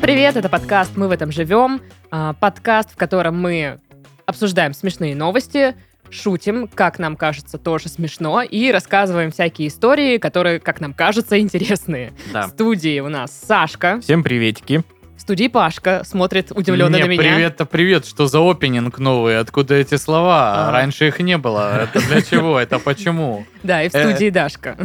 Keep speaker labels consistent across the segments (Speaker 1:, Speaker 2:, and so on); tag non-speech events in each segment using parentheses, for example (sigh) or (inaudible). Speaker 1: привет! Это подкаст «Мы в этом живем». а, Подкаст, в котором мы обсуждаем смешные новости, шутим, как нам кажется, тоже смешно, и рассказываем всякие истории, которые, как нам кажется, интересные. В
Speaker 2: Да.
Speaker 1: студии у нас Сашка,
Speaker 2: Всем приветики.
Speaker 1: в студии Пашка смотрит удивленно
Speaker 3: Не,
Speaker 1: на меня.
Speaker 3: Привет-то привет, что за опенинг новый, откуда эти слова?
Speaker 1: А.
Speaker 3: Раньше их не было. Это для чего? Это почему?
Speaker 1: Да, и в
Speaker 3: Э.
Speaker 1: студии Дашка.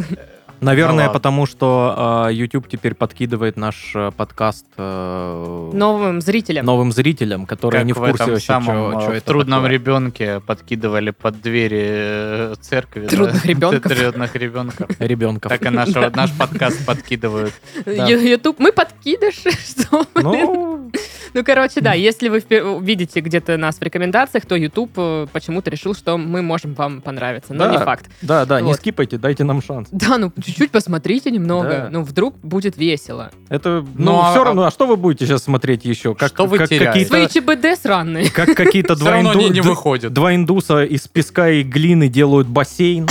Speaker 2: Наверное,
Speaker 3: ладно.
Speaker 2: потому что э, YouTube теперь подкидывает наш э, подкаст э,
Speaker 1: Новым зрителям.
Speaker 2: новым зрителям, которые
Speaker 3: Как
Speaker 2: не в
Speaker 3: в
Speaker 2: курсе
Speaker 3: этом
Speaker 2: вообще,
Speaker 3: самом
Speaker 2: чё- чё
Speaker 3: э, в
Speaker 2: это
Speaker 3: трудном
Speaker 2: такое.
Speaker 3: ребенке подкидывали под двери э, церкви. да. (laughs)
Speaker 1: Трудных ребенков.
Speaker 3: Трудных ребенков.
Speaker 2: ребенков. (laughs)
Speaker 3: Так и нашего- наш подкаст подкидывают.
Speaker 2: да.
Speaker 1: Ю- Ютуб, мы подкидыш. (laughs) Что мы-
Speaker 2: Ну,
Speaker 1: Ну, короче, да, если вы впер- видите где-то нас в рекомендациях, то YouTube э, почему-то решил, что мы можем вам понравиться. Но
Speaker 2: Да.
Speaker 1: не факт.
Speaker 2: да, да, не
Speaker 1: Вот.
Speaker 2: скипайте, дайте нам шанс.
Speaker 1: Да, ну чуть-чуть посмотрите немного.
Speaker 2: Да.
Speaker 1: Ну, вдруг будет весело.
Speaker 2: Это,
Speaker 3: Ну,
Speaker 2: ну,
Speaker 3: а-
Speaker 2: все равно, а что вы будете сейчас смотреть еще? Как,
Speaker 3: Что вы
Speaker 2: как
Speaker 3: теряете?
Speaker 1: Свои
Speaker 2: какие-то,
Speaker 1: ЧБД сраные.
Speaker 2: как какие-то
Speaker 3: Все
Speaker 2: два,
Speaker 3: равно они
Speaker 2: инду-
Speaker 3: не
Speaker 2: д-
Speaker 3: выходят.
Speaker 2: два индуса из песка и глины делают
Speaker 3: (laughs)
Speaker 2: бассейн.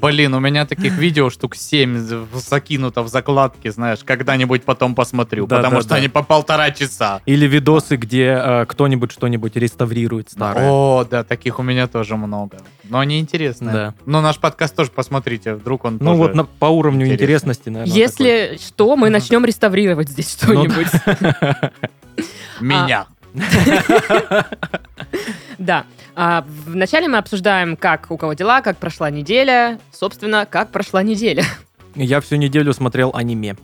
Speaker 3: Блин, у меня таких видео штук 7 закинуто в закладки, знаешь, когда-нибудь потом посмотрю,
Speaker 2: Да,
Speaker 3: потому
Speaker 2: да,
Speaker 3: что
Speaker 2: да.
Speaker 3: они по полтора часа.
Speaker 2: Или видосы, где э, кто-нибудь что-нибудь реставрирует старое.
Speaker 3: О, да, таких у меня тоже много. Но они интересные.
Speaker 2: Да.
Speaker 3: Но наш подкаст тоже посмотрите, вдруг он
Speaker 2: Ну
Speaker 3: тоже-
Speaker 2: вот на- по уровню
Speaker 3: интересно.
Speaker 2: интересности,
Speaker 3: ну, а
Speaker 2: наверное.
Speaker 1: Если что, мы
Speaker 3: Мгм.
Speaker 1: начнем реставрировать здесь
Speaker 2: Ну
Speaker 1: что-нибудь.
Speaker 3: (laughs) меня.
Speaker 1: Да. А, Вначале мы обсуждаем, как у кого дела, как прошла неделя. Собственно, как прошла неделя.
Speaker 2: такой. Я всю неделю смотрел аниме.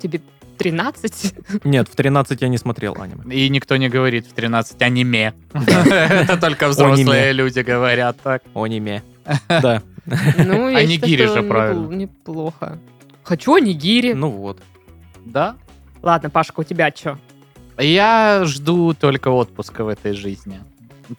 Speaker 1: Тебе 13?
Speaker 2: Нет, в 13 я не смотрел аниме.
Speaker 3: И никто не говорит в 13 аниме. (laughs) Это только взрослые люди говорят так.
Speaker 2: Аниме.
Speaker 1: (laughs)
Speaker 2: Да,
Speaker 1: Ну, я
Speaker 3: А
Speaker 1: считаю,
Speaker 3: нигири
Speaker 1: что
Speaker 3: же
Speaker 1: непл-
Speaker 3: правильно.
Speaker 1: Неплохо. Хочу нигири.
Speaker 2: ну вот.
Speaker 3: Да?
Speaker 1: Ладно, Пашка, у тебя что?
Speaker 3: Я жду только отпуска в этой жизни.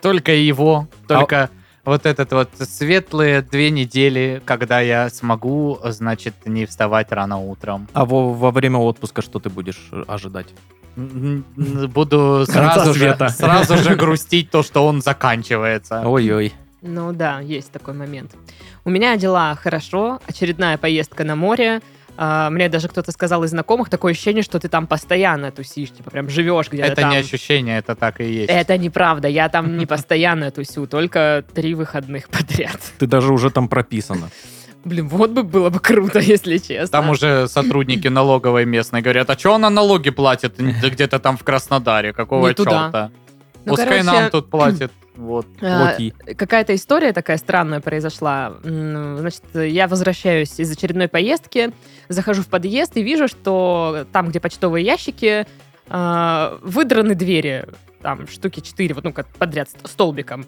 Speaker 3: Только его, только вот этот вот светлые две недели, когда я смогу, значит, не вставать рано утром.
Speaker 2: А во, во время отпуска что ты будешь э, ожидать?
Speaker 3: М, м, Буду
Speaker 2: Конца
Speaker 3: сразу же,
Speaker 2: света.
Speaker 3: сразу
Speaker 2: (laughs)
Speaker 3: же грустить то, что он заканчивается.
Speaker 2: Ой-ой.
Speaker 1: Ну да, есть такой момент. У меня дела хорошо, очередная поездка на море. А, Мне даже кто-то сказал из знакомых, такое ощущение, что ты там постоянно тусишь, типа прям живешь где-то
Speaker 3: Это
Speaker 1: там.
Speaker 3: не ощущение, это так и есть.
Speaker 1: Это неправда, я там
Speaker 3: (laughs)
Speaker 1: не постоянно тусю, только три выходных (laughs) подряд.
Speaker 2: Ты даже уже там прописана.
Speaker 1: Блин, вот бы было бы круто, (laughs) если честно.
Speaker 3: Там уже сотрудники налоговой местной говорят, а что она налоги платит Да где-то там в Краснодаре? Какого
Speaker 1: Не туда.
Speaker 3: черта?
Speaker 1: Ну,
Speaker 3: Пускай
Speaker 1: короче,
Speaker 3: нам
Speaker 1: (clears throat)
Speaker 3: тут платит. Вот.
Speaker 1: а,
Speaker 2: Локи.
Speaker 1: какая-то история такая странная произошла. М, Значит, я возвращаюсь из очередной поездки, захожу в подъезд и вижу, что там, где почтовые ящики, а, выдраны двери, там штуки 4, вот, ну, как подряд, ст- столбиком.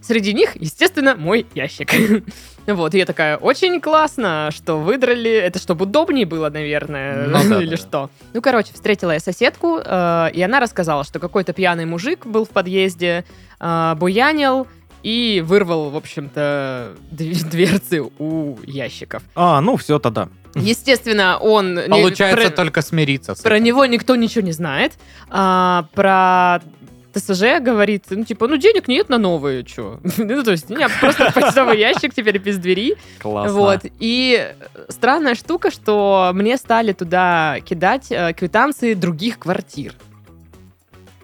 Speaker 1: Среди них, естественно, мой ящик. (laughs) Вот, и я такая, очень классно, что выдрали. Это чтобы удобнее было, наверное, (laughs)
Speaker 3: Ну да,
Speaker 1: или
Speaker 3: да, да.
Speaker 1: что. Ну, короче, встретила я соседку, э, и она рассказала, что какой-то пьяный мужик был в подъезде, э, буянил и вырвал, в общем-то, дв- (laughs) дверцы у ящиков.
Speaker 2: А, ну все тогда.
Speaker 1: Естественно, он... не-
Speaker 3: Получается
Speaker 1: про-
Speaker 3: только смириться. с
Speaker 1: Про
Speaker 3: этим.
Speaker 1: него никто ничего не знает. А, про ТСЖ говорит, ну, типа, ну, денег нет на новые, чё? (laughs) Ну, то есть, у меня просто почтовый ящик теперь без двери.
Speaker 2: Классно.
Speaker 1: Вот. И странная штука, что мне стали туда кидать э, квитанции других квартир.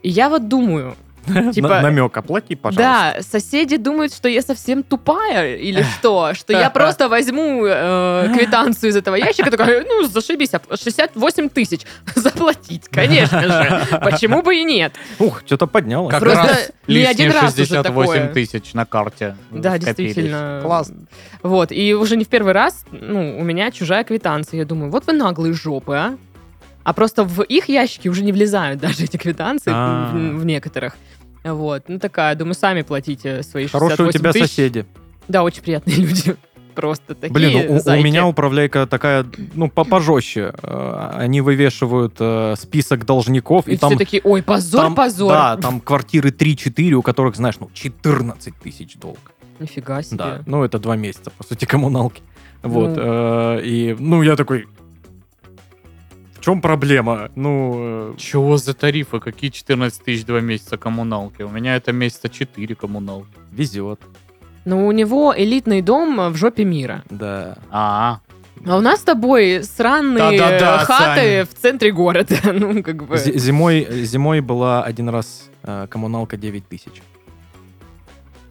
Speaker 1: И я вот думаю, типа-
Speaker 2: намек, оплати, пожалуйста.
Speaker 1: да, соседи думают, что я совсем тупая
Speaker 2: (laughs)
Speaker 1: или что, что я просто возьму э, квитанцию из этого ящика, такая, ну, зашибись, оп- 68 тысяч (laughs) заплатить, конечно же. Почему бы и нет?
Speaker 2: Ух, что-то поднялось.
Speaker 3: Как
Speaker 1: Просто
Speaker 3: раз
Speaker 1: не
Speaker 3: лишние
Speaker 1: один раз уже
Speaker 3: 68
Speaker 1: такое.
Speaker 3: тысяч на карте.
Speaker 2: Ну,
Speaker 1: Да,
Speaker 3: скопились.
Speaker 1: действительно.
Speaker 3: Классно.
Speaker 1: Вот, и уже не в первый раз, ну, у меня чужая квитанция. Я думаю, вот вы наглые жопы, а. А просто в их ящики уже не влезают даже эти квитанции
Speaker 2: А.
Speaker 1: в, в некоторых. Вот, ну такая, думаю, сами платите свои 68
Speaker 2: Хорошие у тебя
Speaker 1: тысяч.
Speaker 2: соседи.
Speaker 1: Да, очень приятные (laughs) люди. Просто такие
Speaker 2: Блин, ну, у- у,
Speaker 1: зайки.
Speaker 2: меня управляйка такая, ну, по- пожестче. Э, Они вывешивают э, список должников, и,
Speaker 1: И
Speaker 2: там
Speaker 1: все такие, ой, позор,
Speaker 2: Там-
Speaker 1: позор.
Speaker 2: Да, там квартиры 3-4, у которых, знаешь, ну, 14 тысяч долг.
Speaker 1: (laughs) Нифига себе.
Speaker 2: Да. Ну, это два месяца, по сути, коммуналки. Вот.
Speaker 1: Ну.
Speaker 2: э, И, ну, я такой... В чем проблема? Ну, э,
Speaker 3: Чего за тарифы? Какие 14 тысяч два месяца коммуналки? У меня это месяца 4 коммуналки.
Speaker 2: везет.
Speaker 1: Ну, Но у него элитный дом в жопе мира.
Speaker 2: Да.
Speaker 3: А,
Speaker 1: А у нас с тобой сраные э,
Speaker 3: Да-да-да,
Speaker 1: хаты в центре города. (laughs) Ну, как бы.
Speaker 2: Зи- Зимой, зимой была один раз э, коммуналка 9 тысяч.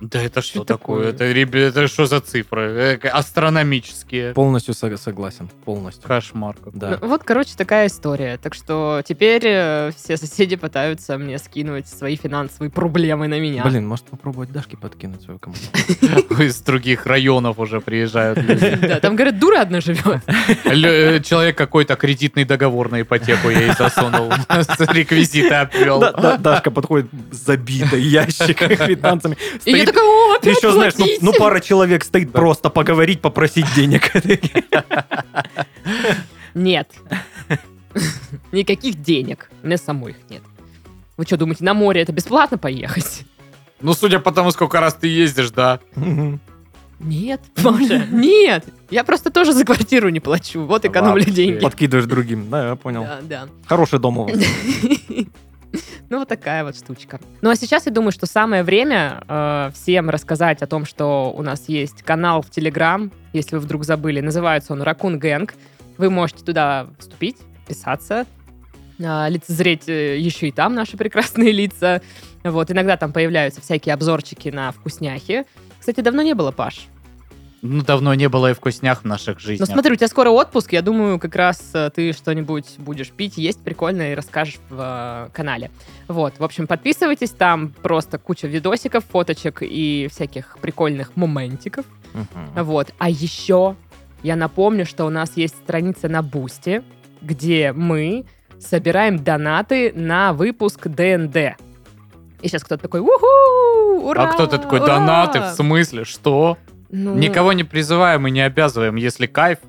Speaker 3: Да это что,
Speaker 1: Что
Speaker 3: такое?
Speaker 1: такое?
Speaker 3: Это, ребят, это что за цифры? Э, Астрономические.
Speaker 2: Полностью со- согласен, полностью.
Speaker 3: Кошмар какой.
Speaker 2: Да.
Speaker 1: Ну, вот, короче, такая история. Так что теперь э, все соседи пытаются мне скинуть свои финансовые проблемы на меня.
Speaker 2: Блин, может попробовать Дашке подкинуть свою коммуналку?
Speaker 3: (laughs) Из других районов уже приезжают люди.
Speaker 1: Да, там, говорят, дура одна
Speaker 2: (laughs)
Speaker 1: живет.
Speaker 3: Лё- э, Человек какой-то кредитный договор на ипотеку ей засунул. (laughs) С Реквизиты обвел.
Speaker 2: Да, да, Дашка подходит забитой (laughs) ящиком финансами.
Speaker 1: И я
Speaker 2: Стоит-
Speaker 1: такая, о,
Speaker 2: Ты
Speaker 1: опять
Speaker 2: еще знаешь, ну,
Speaker 1: платить!»
Speaker 2: ну, пара человек стоит просто поговорить, попросить денег.
Speaker 1: Нет. (laughs) Никаких денег. У меня самой их нет. Вы что, думаете, на море это бесплатно поехать?
Speaker 3: Ну, судя по тому, сколько раз ты ездишь, да.
Speaker 1: Нет, Маша, нет. Я просто тоже за квартиру не плачу. Вот экономлю
Speaker 3: Вообще.
Speaker 1: деньги.
Speaker 2: Подкидываешь другим. Да, я понял.
Speaker 1: Да, да.
Speaker 2: Хороший дом у вас.
Speaker 1: (laughs) Ну, вот такая вот штучка. Ну, а сейчас я думаю, что самое время э, всем рассказать о том, что у нас есть канал в Телеграм, если вы вдруг забыли. Называется он Ракун Гэнг. Вы можете туда вступить, писаться, э, лицезреть э, еще и там наши прекрасные лица. Вот, иногда там появляются всякие обзорчики на вкусняхи. Кстати, давно не было, Паш.
Speaker 3: Ну, давно не было и вкуснях в наших
Speaker 1: Но
Speaker 3: жизнях.
Speaker 1: Ну, смотри, у тебя скоро отпуск, я думаю, как раз э, ты что-нибудь будешь пить, есть прикольно и расскажешь в э, канале. Вот, в общем, подписывайтесь, там просто куча видосиков, фоточек и всяких прикольных моментиков.
Speaker 2: Мгм.
Speaker 1: Вот, а еще я напомню, что у нас есть страница на Бусти, где мы собираем донаты на выпуск ДНД. И сейчас кто-то такой, уху, ура!
Speaker 3: а кто-то такой,
Speaker 1: ура!»
Speaker 3: донаты, в смысле, что?
Speaker 1: Ну,
Speaker 3: Никого не призываем и не обязываем. Если кайф,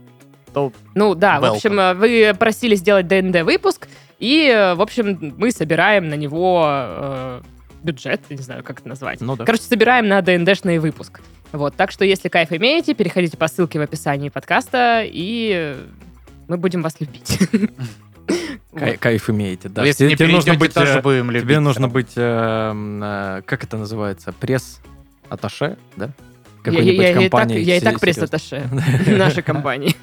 Speaker 3: то
Speaker 1: Ну да,
Speaker 3: Welcome.
Speaker 1: в общем, э, вы просили сделать ДНД выпуск, и, э, в общем, мы собираем на него э, бюджет, я не знаю, как это назвать.
Speaker 2: Ну да.
Speaker 1: Короче, собираем на ДНДшный выпуск. Вот, так что, если кайф имеете, переходите по ссылке в описании подкаста, и э, мы будем вас любить. (laughs)
Speaker 2: Кай- Кайф имеете, да. Тебе-
Speaker 3: если не
Speaker 2: тебе нужно
Speaker 3: перейдете,
Speaker 2: быть,
Speaker 3: тоже
Speaker 2: э,
Speaker 3: будем любить.
Speaker 2: Тебе нужно быть, э, м, э, как это называется, пресс-аташе, да?
Speaker 1: Я- Я я и так-
Speaker 2: компании
Speaker 1: я и так
Speaker 2: се-
Speaker 1: пресс-атташе
Speaker 2: серьёзной. (laughs)
Speaker 1: нашей компании.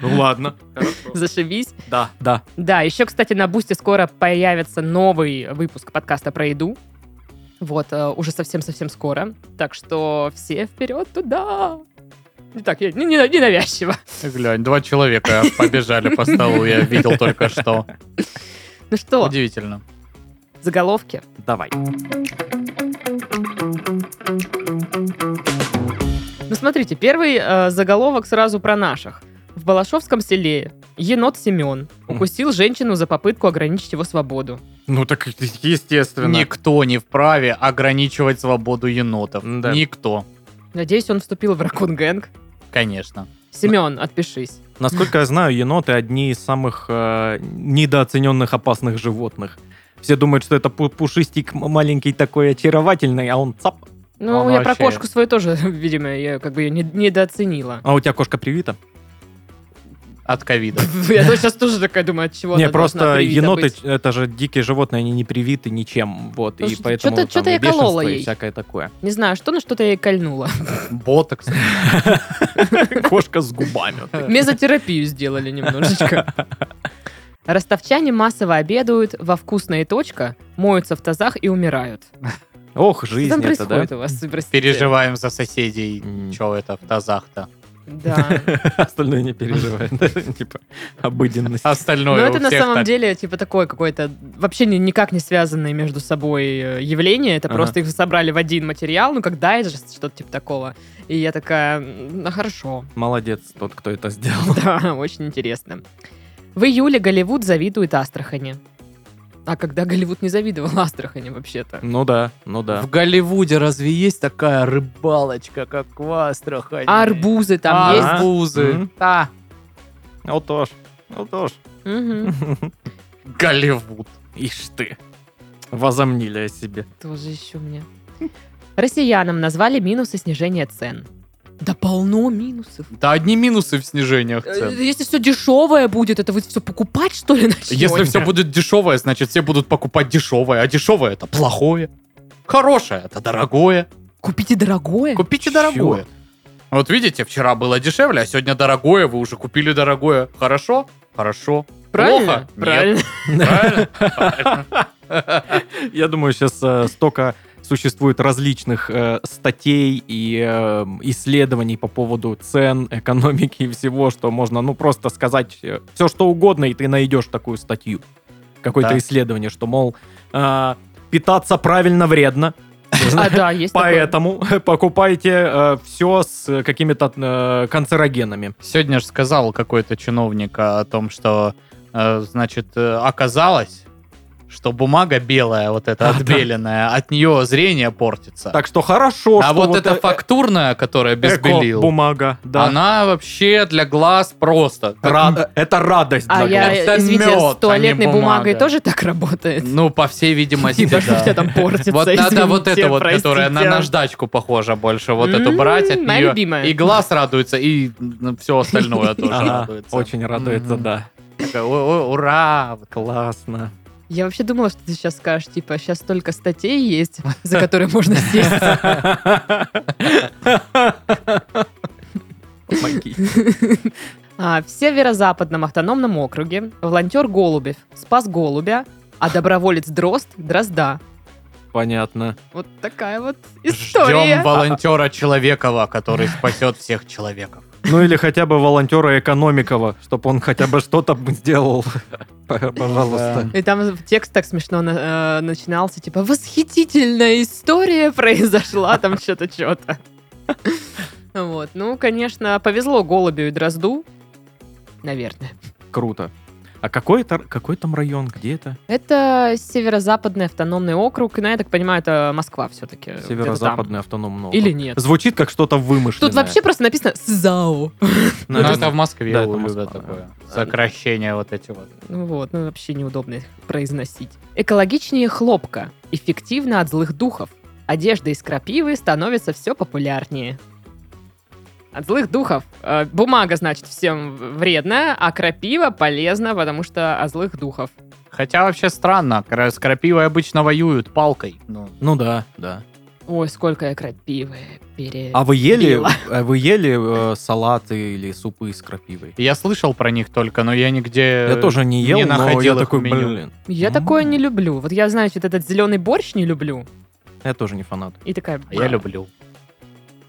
Speaker 2: Ну ладно.
Speaker 1: Зашибись.
Speaker 2: Да, да.
Speaker 1: Да, еще, кстати, на Бусте скоро появится новый выпуск подкаста про еду. Вот, э, уже совсем-совсем скоро. Так что все вперед туда! Не так, я- не, не- не навязчиво.
Speaker 3: Э, Глянь, два человека побежали по столу, я видел только что.
Speaker 1: Ну что,
Speaker 3: Удивительно.
Speaker 1: заголовки.
Speaker 2: Давай.
Speaker 1: Ну смотрите, первый э, заголовок сразу про наших. В Балашовском селе енот Семен укусил женщину за попытку ограничить его свободу.
Speaker 2: Ну так естественно.
Speaker 3: Никто не вправе ограничивать свободу енотов.
Speaker 2: М-да.
Speaker 3: Никто,
Speaker 1: Надеюсь, он вступил в Ракун Гэнг.
Speaker 3: конечно.
Speaker 1: Семен, отпишись.
Speaker 2: Насколько я знаю, еноты одни из самых э, недооцененных опасных животных. Все думают, что это пу- пушистик м- маленький такой очаровательный, а он цап.
Speaker 1: Ну,
Speaker 3: Он
Speaker 1: я про
Speaker 3: вообще-
Speaker 1: кошку свою тоже, (laughs) видимо, я как бы ее не- недооценила.
Speaker 2: А у тебя кошка привита?
Speaker 3: От ковида.
Speaker 1: (laughs) Я сейчас тоже такая думаю, от чего
Speaker 2: не,
Speaker 1: она должна
Speaker 2: просто
Speaker 1: привита
Speaker 2: еноты,
Speaker 1: быть.
Speaker 2: это же дикие животные, они не привиты ничем, вот,
Speaker 1: Потому
Speaker 2: и
Speaker 1: что
Speaker 2: поэтому
Speaker 1: чё-то-
Speaker 2: там
Speaker 1: чё-то
Speaker 2: и
Speaker 1: я колола
Speaker 2: бешенство и
Speaker 1: ей.
Speaker 2: всякое такое.
Speaker 1: Не знаю, что на что-то я ей
Speaker 2: (laughs)
Speaker 1: кольнула.
Speaker 3: (laughs) Ботокс.
Speaker 2: Кошка с губами.
Speaker 1: (laughs) Мезотерапию сделали
Speaker 2: (laughs)
Speaker 1: немножечко. Ростовчане массово обедают во вкусная точка, моются в тазах и умирают.
Speaker 2: Ох,
Speaker 1: Что
Speaker 2: жизнь
Speaker 1: там
Speaker 2: это, да?
Speaker 1: происходит у вас? Простите.
Speaker 3: Переживаем за соседей.
Speaker 2: М.
Speaker 3: Че это в тазах-то?
Speaker 2: (laughs)
Speaker 1: Да.
Speaker 2: (laughs) Остальное
Speaker 1: (laughs)
Speaker 2: не переживает. (laughs) Типа обыденность.
Speaker 1: Но
Speaker 3: Остальное
Speaker 1: Ну, это
Speaker 3: Ну, у
Speaker 1: на
Speaker 3: всех
Speaker 1: самом
Speaker 3: так.
Speaker 1: деле, типа, такое какое-то вообще ни- никак не связанное между собой э, явление. Это
Speaker 2: Ага.
Speaker 1: просто их собрали в один материал, ну, как дайджест, что-то типа такого. И я такая, ну, хорошо,
Speaker 2: Молодец тот, кто это сделал.
Speaker 1: (laughs)
Speaker 3: (laughs)
Speaker 1: Да, очень интересно. В июле Голливуд завидует Астрахани. А когда Голливуд не завидовал Астрахани вообще-то?
Speaker 2: (laughs) Ну да, ну да.
Speaker 3: В Голливуде разве есть такая рыбалочка, как в Астрахани?
Speaker 1: А арбузы там
Speaker 3: А,
Speaker 1: есть? А.
Speaker 3: Арбузы.
Speaker 2: Мгм.
Speaker 3: Да.
Speaker 1: ну
Speaker 2: Отож, отож.
Speaker 1: Мгм.
Speaker 3: Голливуд.
Speaker 2: (laughs) Ишь ты. Возомнили о себе.
Speaker 1: Тоже еще мне. Россиянам назвали минусы снижения цен. Да полно минусов.
Speaker 3: Да одни минусы в снижениях
Speaker 1: Э,
Speaker 3: цен.
Speaker 1: Если все дешевое будет, это вы все покупать, что ли, начнете?
Speaker 3: Если все будет дешевое, значит все будут покупать дешевое, а дешевое это плохое. Хорошее это дорогое.
Speaker 1: Купите дорогое?
Speaker 3: Купите
Speaker 2: Чё?
Speaker 3: дорогое. Вот видите, вчера было дешевле, а сегодня дорогое, вы уже купили дорогое. Хорошо? Хорошо.
Speaker 1: Правильно?
Speaker 3: Плохо? Нет.
Speaker 1: Правильно.
Speaker 3: Правильно? Правильно.
Speaker 2: Я думаю, сейчас э, столько существует различных э, статей и э, исследований по поводу цен, (laughs) экономики и всего, что можно, ну, просто сказать все, что угодно, и ты найдешь такую статью. Какое-то
Speaker 3: Да.
Speaker 2: исследование, что, мол, э, питаться правильно вредно.
Speaker 1: А, да, есть такое.
Speaker 2: (laughs) Поэтому (laughs) покупайте все с какими-то э, канцерогенами.
Speaker 3: (laughs) Сегодня же сказал какой-то чиновник а, о том, что, э, значит, э, оказалось, что бумага белая, вот эта (laughs)
Speaker 2: А, да.
Speaker 3: отбеленная, от нее зрение портится.
Speaker 2: Так что хорошо,
Speaker 3: а
Speaker 2: что
Speaker 3: вот, эта
Speaker 2: э-
Speaker 3: фактурная, которая без белил,
Speaker 2: бумага, да.
Speaker 3: она вообще для глаз просто. как
Speaker 2: Ра- э, Это радость
Speaker 1: А
Speaker 2: для глаз.
Speaker 1: я,
Speaker 3: Это мед,
Speaker 1: извините,
Speaker 3: а
Speaker 1: с
Speaker 3: не
Speaker 1: туалетной бумагой
Speaker 3: бумага.
Speaker 1: тоже так работает?
Speaker 3: Ну, по всей видимости,
Speaker 1: Типа, что у
Speaker 3: (laughs) да.
Speaker 1: тебя там портится,
Speaker 3: Вот надо вот
Speaker 1: извините,
Speaker 3: это вот, которая на
Speaker 1: простите.
Speaker 3: наждачку похожа больше, вот эту
Speaker 1: М,
Speaker 3: брать от
Speaker 1: моя
Speaker 3: нее.
Speaker 1: любимая.
Speaker 3: И глаз радуется, и
Speaker 1: (laughs)
Speaker 3: все остальное тоже
Speaker 2: Ага,
Speaker 3: радуется.
Speaker 2: Очень радуется,
Speaker 3: Мгм.
Speaker 2: да.
Speaker 3: Такая, «О- о, Ура!
Speaker 2: Классно.
Speaker 1: Я вообще думала, что ты сейчас скажешь, типа, сейчас столько статей есть, (laughs) за которые можно
Speaker 2: (laughs)
Speaker 1: сесть.
Speaker 2: Помоги.
Speaker 1: А, В северо-западном автономном округе волонтер Голубев спас голубя, а доброволец Дрозд – дрозда.
Speaker 2: Понятно.
Speaker 1: Вот такая вот
Speaker 3: Ждем
Speaker 1: история.
Speaker 3: волонтера Человекова, который спасет всех человеков.
Speaker 2: Ну или хотя бы волонтера Экономикова, чтобы он хотя бы что-то бы (laughs) сделал. П- Пожалуйста.
Speaker 1: И там текст так смешно на- э, начинался, типа, восхитительная история произошла, (laughs) там что-то, что-то. (laughs) Вот, ну, конечно, повезло голубю и дрозду, наверное.
Speaker 2: Круто. А какой, это, какой там район? Где это?
Speaker 1: Это северо-западный автономный округ, и, ну, я так понимаю, это Москва все-таки.
Speaker 2: Северо-западный автономный округ.
Speaker 1: Э, Или нет.
Speaker 2: Звучит как что-то вымышленное.
Speaker 1: Тут вообще просто написано «СЗАО».
Speaker 2: Ну,
Speaker 3: Но
Speaker 2: это-
Speaker 3: это в Москве
Speaker 2: да, это
Speaker 3: у Люда
Speaker 2: Москва,
Speaker 3: такое. Сокращение вот эти вот.
Speaker 1: Ну Вот, ну вообще неудобно их произносить. Экологичнее хлопка. Эффективно от злых духов. Одежда из крапивы становится все популярнее. От злых духов. Э, Бумага, значит, всем вредна, а крапива полезна, потому что от злых духов.
Speaker 3: Хотя вообще странно, кра- с крапивой обычно воюют палкой. Ну,
Speaker 2: Ну да, да.
Speaker 1: Ой, сколько я крапивы пере...
Speaker 2: А вы ели,
Speaker 1: Била.
Speaker 2: а вы ели э, салаты или супы с крапивой?
Speaker 3: Я слышал про них только, но я нигде...
Speaker 2: Я тоже Э, не ел,
Speaker 3: не
Speaker 2: но
Speaker 3: находил
Speaker 2: я
Speaker 3: их в
Speaker 2: такой,
Speaker 3: меню.
Speaker 2: блин,
Speaker 1: Я
Speaker 2: М.
Speaker 1: такое не люблю. Вот я, знаете, вот этот зеленый борщ не люблю.
Speaker 2: я тоже не фанат.
Speaker 1: И такая...
Speaker 3: А Я люблю.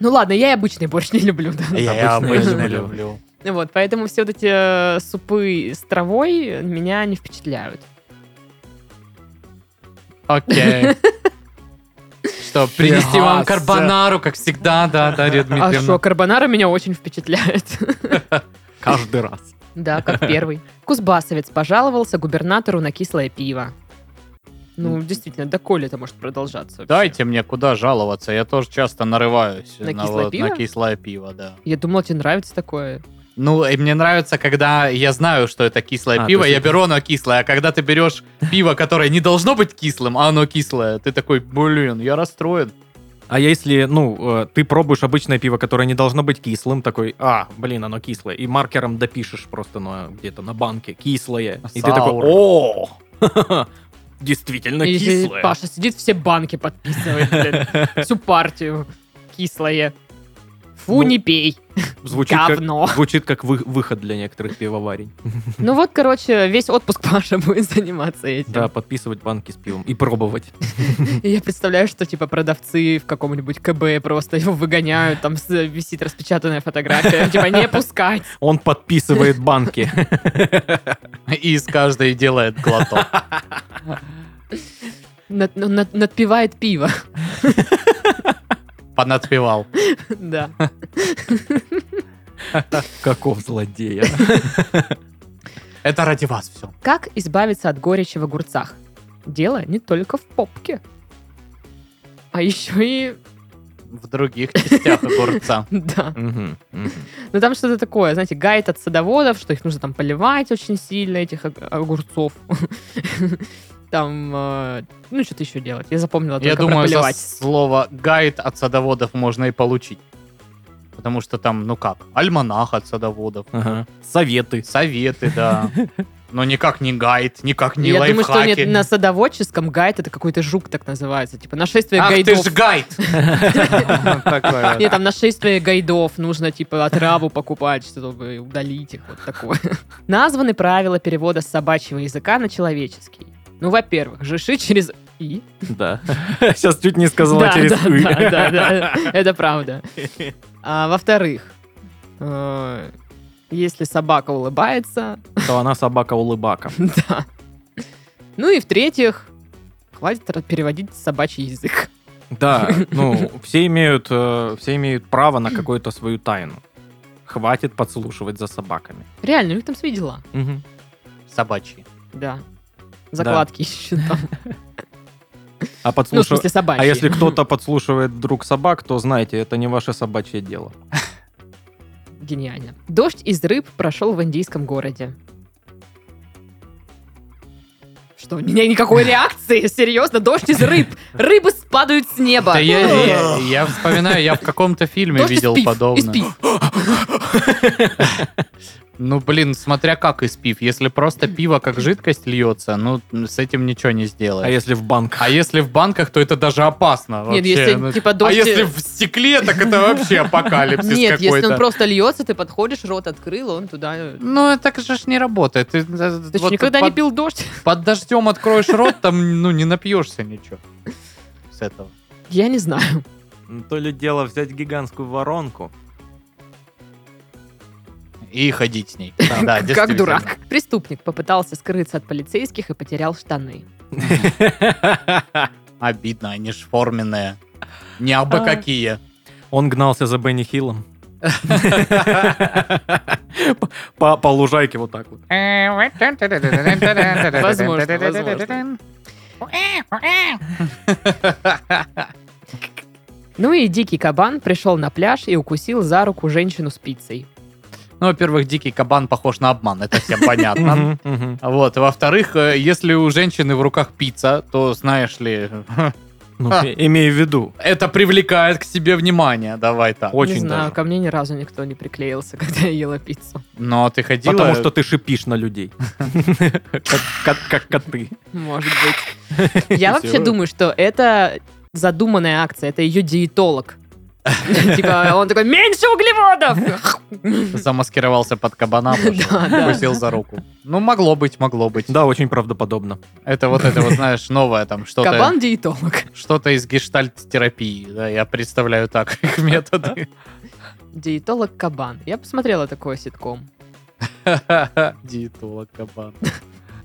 Speaker 1: Ну ладно, я и обычный борщ не люблю. Да.
Speaker 3: Я
Speaker 2: обычно
Speaker 3: обычно
Speaker 2: люблю.
Speaker 3: люблю.
Speaker 1: Ну Вот, поэтому все вот эти э, супы с травой меня не впечатляют.
Speaker 3: Окей. Что, принести вам
Speaker 2: Фигас.
Speaker 3: карбонару, как всегда, да, Дарья
Speaker 1: А что,
Speaker 2: ну
Speaker 3: Дмитриевна?
Speaker 1: карбонара меня очень впечатляет.
Speaker 2: Каждый раз.
Speaker 1: (laughs) Да, как первый. Кузбассовец пожаловался губернатору на кислое пиво. Ну, действительно, доколе это может продолжаться? вообще?
Speaker 3: Дайте мне куда жаловаться, я тоже часто нарываюсь
Speaker 1: На
Speaker 3: на
Speaker 1: кислое
Speaker 3: вот-
Speaker 1: пиво?
Speaker 3: на кислое пиво, да.
Speaker 1: Я думала, тебе нравится такое.
Speaker 3: Ну, и мне нравится, когда я знаю, что это кислое
Speaker 2: А,
Speaker 3: пиво,
Speaker 2: то есть
Speaker 3: я
Speaker 2: это-
Speaker 3: беру оно кислое, а когда ты берешь пиво, которое не должно быть кислым, а оно кислое, ты такой, блин, я расстроен.
Speaker 2: А если, ну, э, ты пробуешь обычное пиво, которое не должно быть кислым, такой, а, блин, оно кислое, и маркером допишешь просто на, где-то на банке кислое, и ты
Speaker 3: Саур.
Speaker 2: такой, о, (laughs) действительно
Speaker 1: И здесь
Speaker 2: кислое.
Speaker 1: Паша сидит, все банки подписывает,
Speaker 2: (laughs)
Speaker 1: блин. Всю партию. Кислое. Фу,
Speaker 2: Ну,
Speaker 1: не пей.
Speaker 2: Звучит как,
Speaker 1: Говно.
Speaker 2: звучит как вы- выход для некоторых пивоварень.
Speaker 1: Ну вот, короче, весь отпуск (laughs) Паша будет заниматься этим.
Speaker 2: Да, подписывать банки с пивом и пробовать.
Speaker 1: И Я представляю, что типа продавцы в каком-нибудь КБ просто его выгоняют, там с- висит распечатанная фотография, типа не пускать.
Speaker 2: Он подписывает банки. (laughs)
Speaker 3: И из каждой делает глоток.
Speaker 1: Над- ну, над- надпивает пиво. (laughs)
Speaker 3: Понадпевал.
Speaker 1: Да.
Speaker 2: Каков злодея.
Speaker 3: Это ради вас все.
Speaker 1: Как избавиться от горечи в огурцах? Дело не только в попке. А еще и...
Speaker 3: В других частях огурца.
Speaker 1: Да.
Speaker 2: Мгм, мгм.
Speaker 1: Ну там что-то такое, знаете, гайд от садоводов, что их нужно там поливать очень сильно, этих ог- огурцов. (laughs) Там, э, ну что-то еще делать. Я запомнила
Speaker 3: Я
Speaker 1: А только про
Speaker 3: думаю, за
Speaker 1: поливать.
Speaker 3: слово «гайд» от садоводов можно и получить. Потому что там, ну как, альманах от садоводов,
Speaker 2: Ага.
Speaker 1: (laughs)
Speaker 2: Советы.
Speaker 3: советы, да. Но никак не гайд, никак не
Speaker 1: Я думаю, что
Speaker 3: лайфхаки.
Speaker 1: нет, на садоводческом гайд это какой-то жук так называется. Типа нашествие
Speaker 3: Ах,
Speaker 1: гайдов.
Speaker 3: ты ж гайд!
Speaker 1: (laughs)
Speaker 3: Такое,
Speaker 1: Нет, там нашествие гайдов нужно, типа, отраву покупать, чтобы удалить их, вот такое. (laughs) Названы правила перевода с собачьего языка на человеческий. Ну, во-первых, жиши через «и».
Speaker 2: Да. (laughs) Сейчас чуть не сказала
Speaker 1: Да,
Speaker 2: через
Speaker 1: да,
Speaker 2: «ы».
Speaker 1: да, да,
Speaker 3: (laughs)
Speaker 1: да, это правда. А, во-вторых, э, если собака улыбается,
Speaker 2: (laughs) То она собака-улыбака.
Speaker 1: да. Ну и в-третьих, хватит ра- переводить собачий язык.
Speaker 2: Да, ну, все имеют, э, все имеют право на какую-то свою тайну. Хватит подслушивать за собаками.
Speaker 1: Реально, у них там свои дела.
Speaker 2: Мгм.
Speaker 3: Собачьи.
Speaker 1: Да. Закладки еще там.
Speaker 2: А
Speaker 1: Ну, в
Speaker 2: подслушивать...
Speaker 1: смысле, собачьи.
Speaker 2: А если кто-то подслушивает вдруг собак, то знайте, это не ваше собачье дело.
Speaker 1: Гениально. Дождь из рыб прошел в индийском городе. Что, у меня
Speaker 3: (laughs)
Speaker 1: никакой реакции? Серьезно, дождь из рыб. Рыбы спадают с неба.
Speaker 3: Да я- я я вспоминаю, я в каком-то фильме
Speaker 1: Дождь из
Speaker 3: видел
Speaker 1: пив, из
Speaker 3: подобное.
Speaker 1: пив.
Speaker 3: Ну, блин, смотря как из пив. Если просто пиво как жидкость льется, ну, с этим ничего не
Speaker 2: А
Speaker 3: сделаешь.
Speaker 2: если в банк?
Speaker 3: А если в банках, то это даже опасно вообще.
Speaker 1: Нет, если,
Speaker 3: Ну,
Speaker 1: типа,
Speaker 3: А
Speaker 1: дождь-
Speaker 3: если в стекле, так это вообще
Speaker 1: (laughs)
Speaker 3: апокалипсис
Speaker 1: Нет, если он
Speaker 3: какой-то.
Speaker 1: просто льется, ты подходишь, рот открыл, он туда... э,
Speaker 3: Ну, это так же ж не работает. Ты, э,
Speaker 1: Ты что,
Speaker 3: вот
Speaker 1: никогда не
Speaker 3: под-
Speaker 1: пил дождь? (laughs)
Speaker 3: Под дождем откроешь рот, там, ну, не напьешься ничего с этого.
Speaker 1: Я не
Speaker 3: (laughs)
Speaker 1: знаю.
Speaker 2: То ли дело взять гигантскую воронку.
Speaker 3: И ходить с ней. Да,
Speaker 1: Как
Speaker 3: действительно.
Speaker 1: дурак. Преступник попытался скрыться от полицейских и потерял штаны.
Speaker 3: Обидно, они ж форменные. Не абы
Speaker 2: А.
Speaker 3: какие.
Speaker 2: Он гнался за Бенни Хиллом. (laughs) По по лужайке вот так вот.
Speaker 1: Возможно, (laughs) возможно. Ну и дикий кабан пришел на пляж и укусил за руку женщину спицей.
Speaker 3: Ну, во-первых, дикий кабан похож на обман, это всем понятно.
Speaker 2: Мгм, мгм.
Speaker 3: Вот, во-вторых, э, если у женщины в руках пицца, то, знаешь ли, (laughs)
Speaker 2: Ну,
Speaker 3: А.
Speaker 2: э, Имею в виду.
Speaker 3: это привлекает к себе внимание, давай так.
Speaker 2: Очень
Speaker 1: не знаю,
Speaker 2: даже.
Speaker 1: ко мне ни разу никто не приклеился, (laughs) когда я ела пиццу.
Speaker 3: Но ты ходила...
Speaker 2: Потому что ты шипишь на людей. (laughs) Как- как- Как коты.
Speaker 1: Может быть.
Speaker 2: (laughs)
Speaker 1: Я вообще
Speaker 2: Серьезно?
Speaker 1: думаю, что это задуманная акция, это ее
Speaker 2: (laughs)
Speaker 1: диетолог. Типа, он такой, меньше углеводов!
Speaker 3: замаскировался под
Speaker 2: (laughs)
Speaker 3: кабана, пошел, (laughs)
Speaker 1: Да, да.
Speaker 3: укусил за руку. Ну, могло быть, могло быть.
Speaker 2: Да, очень правдоподобно.
Speaker 3: Это вот это, вот, знаешь, новое там, что-то
Speaker 1: Кабан-диетолог.
Speaker 3: что-то из гештальт-терапии. Да, я представляю так (laughs) их методы.
Speaker 1: Диетолог-кабан. Я посмотрела такой ситком.
Speaker 3: Диетолог кабан.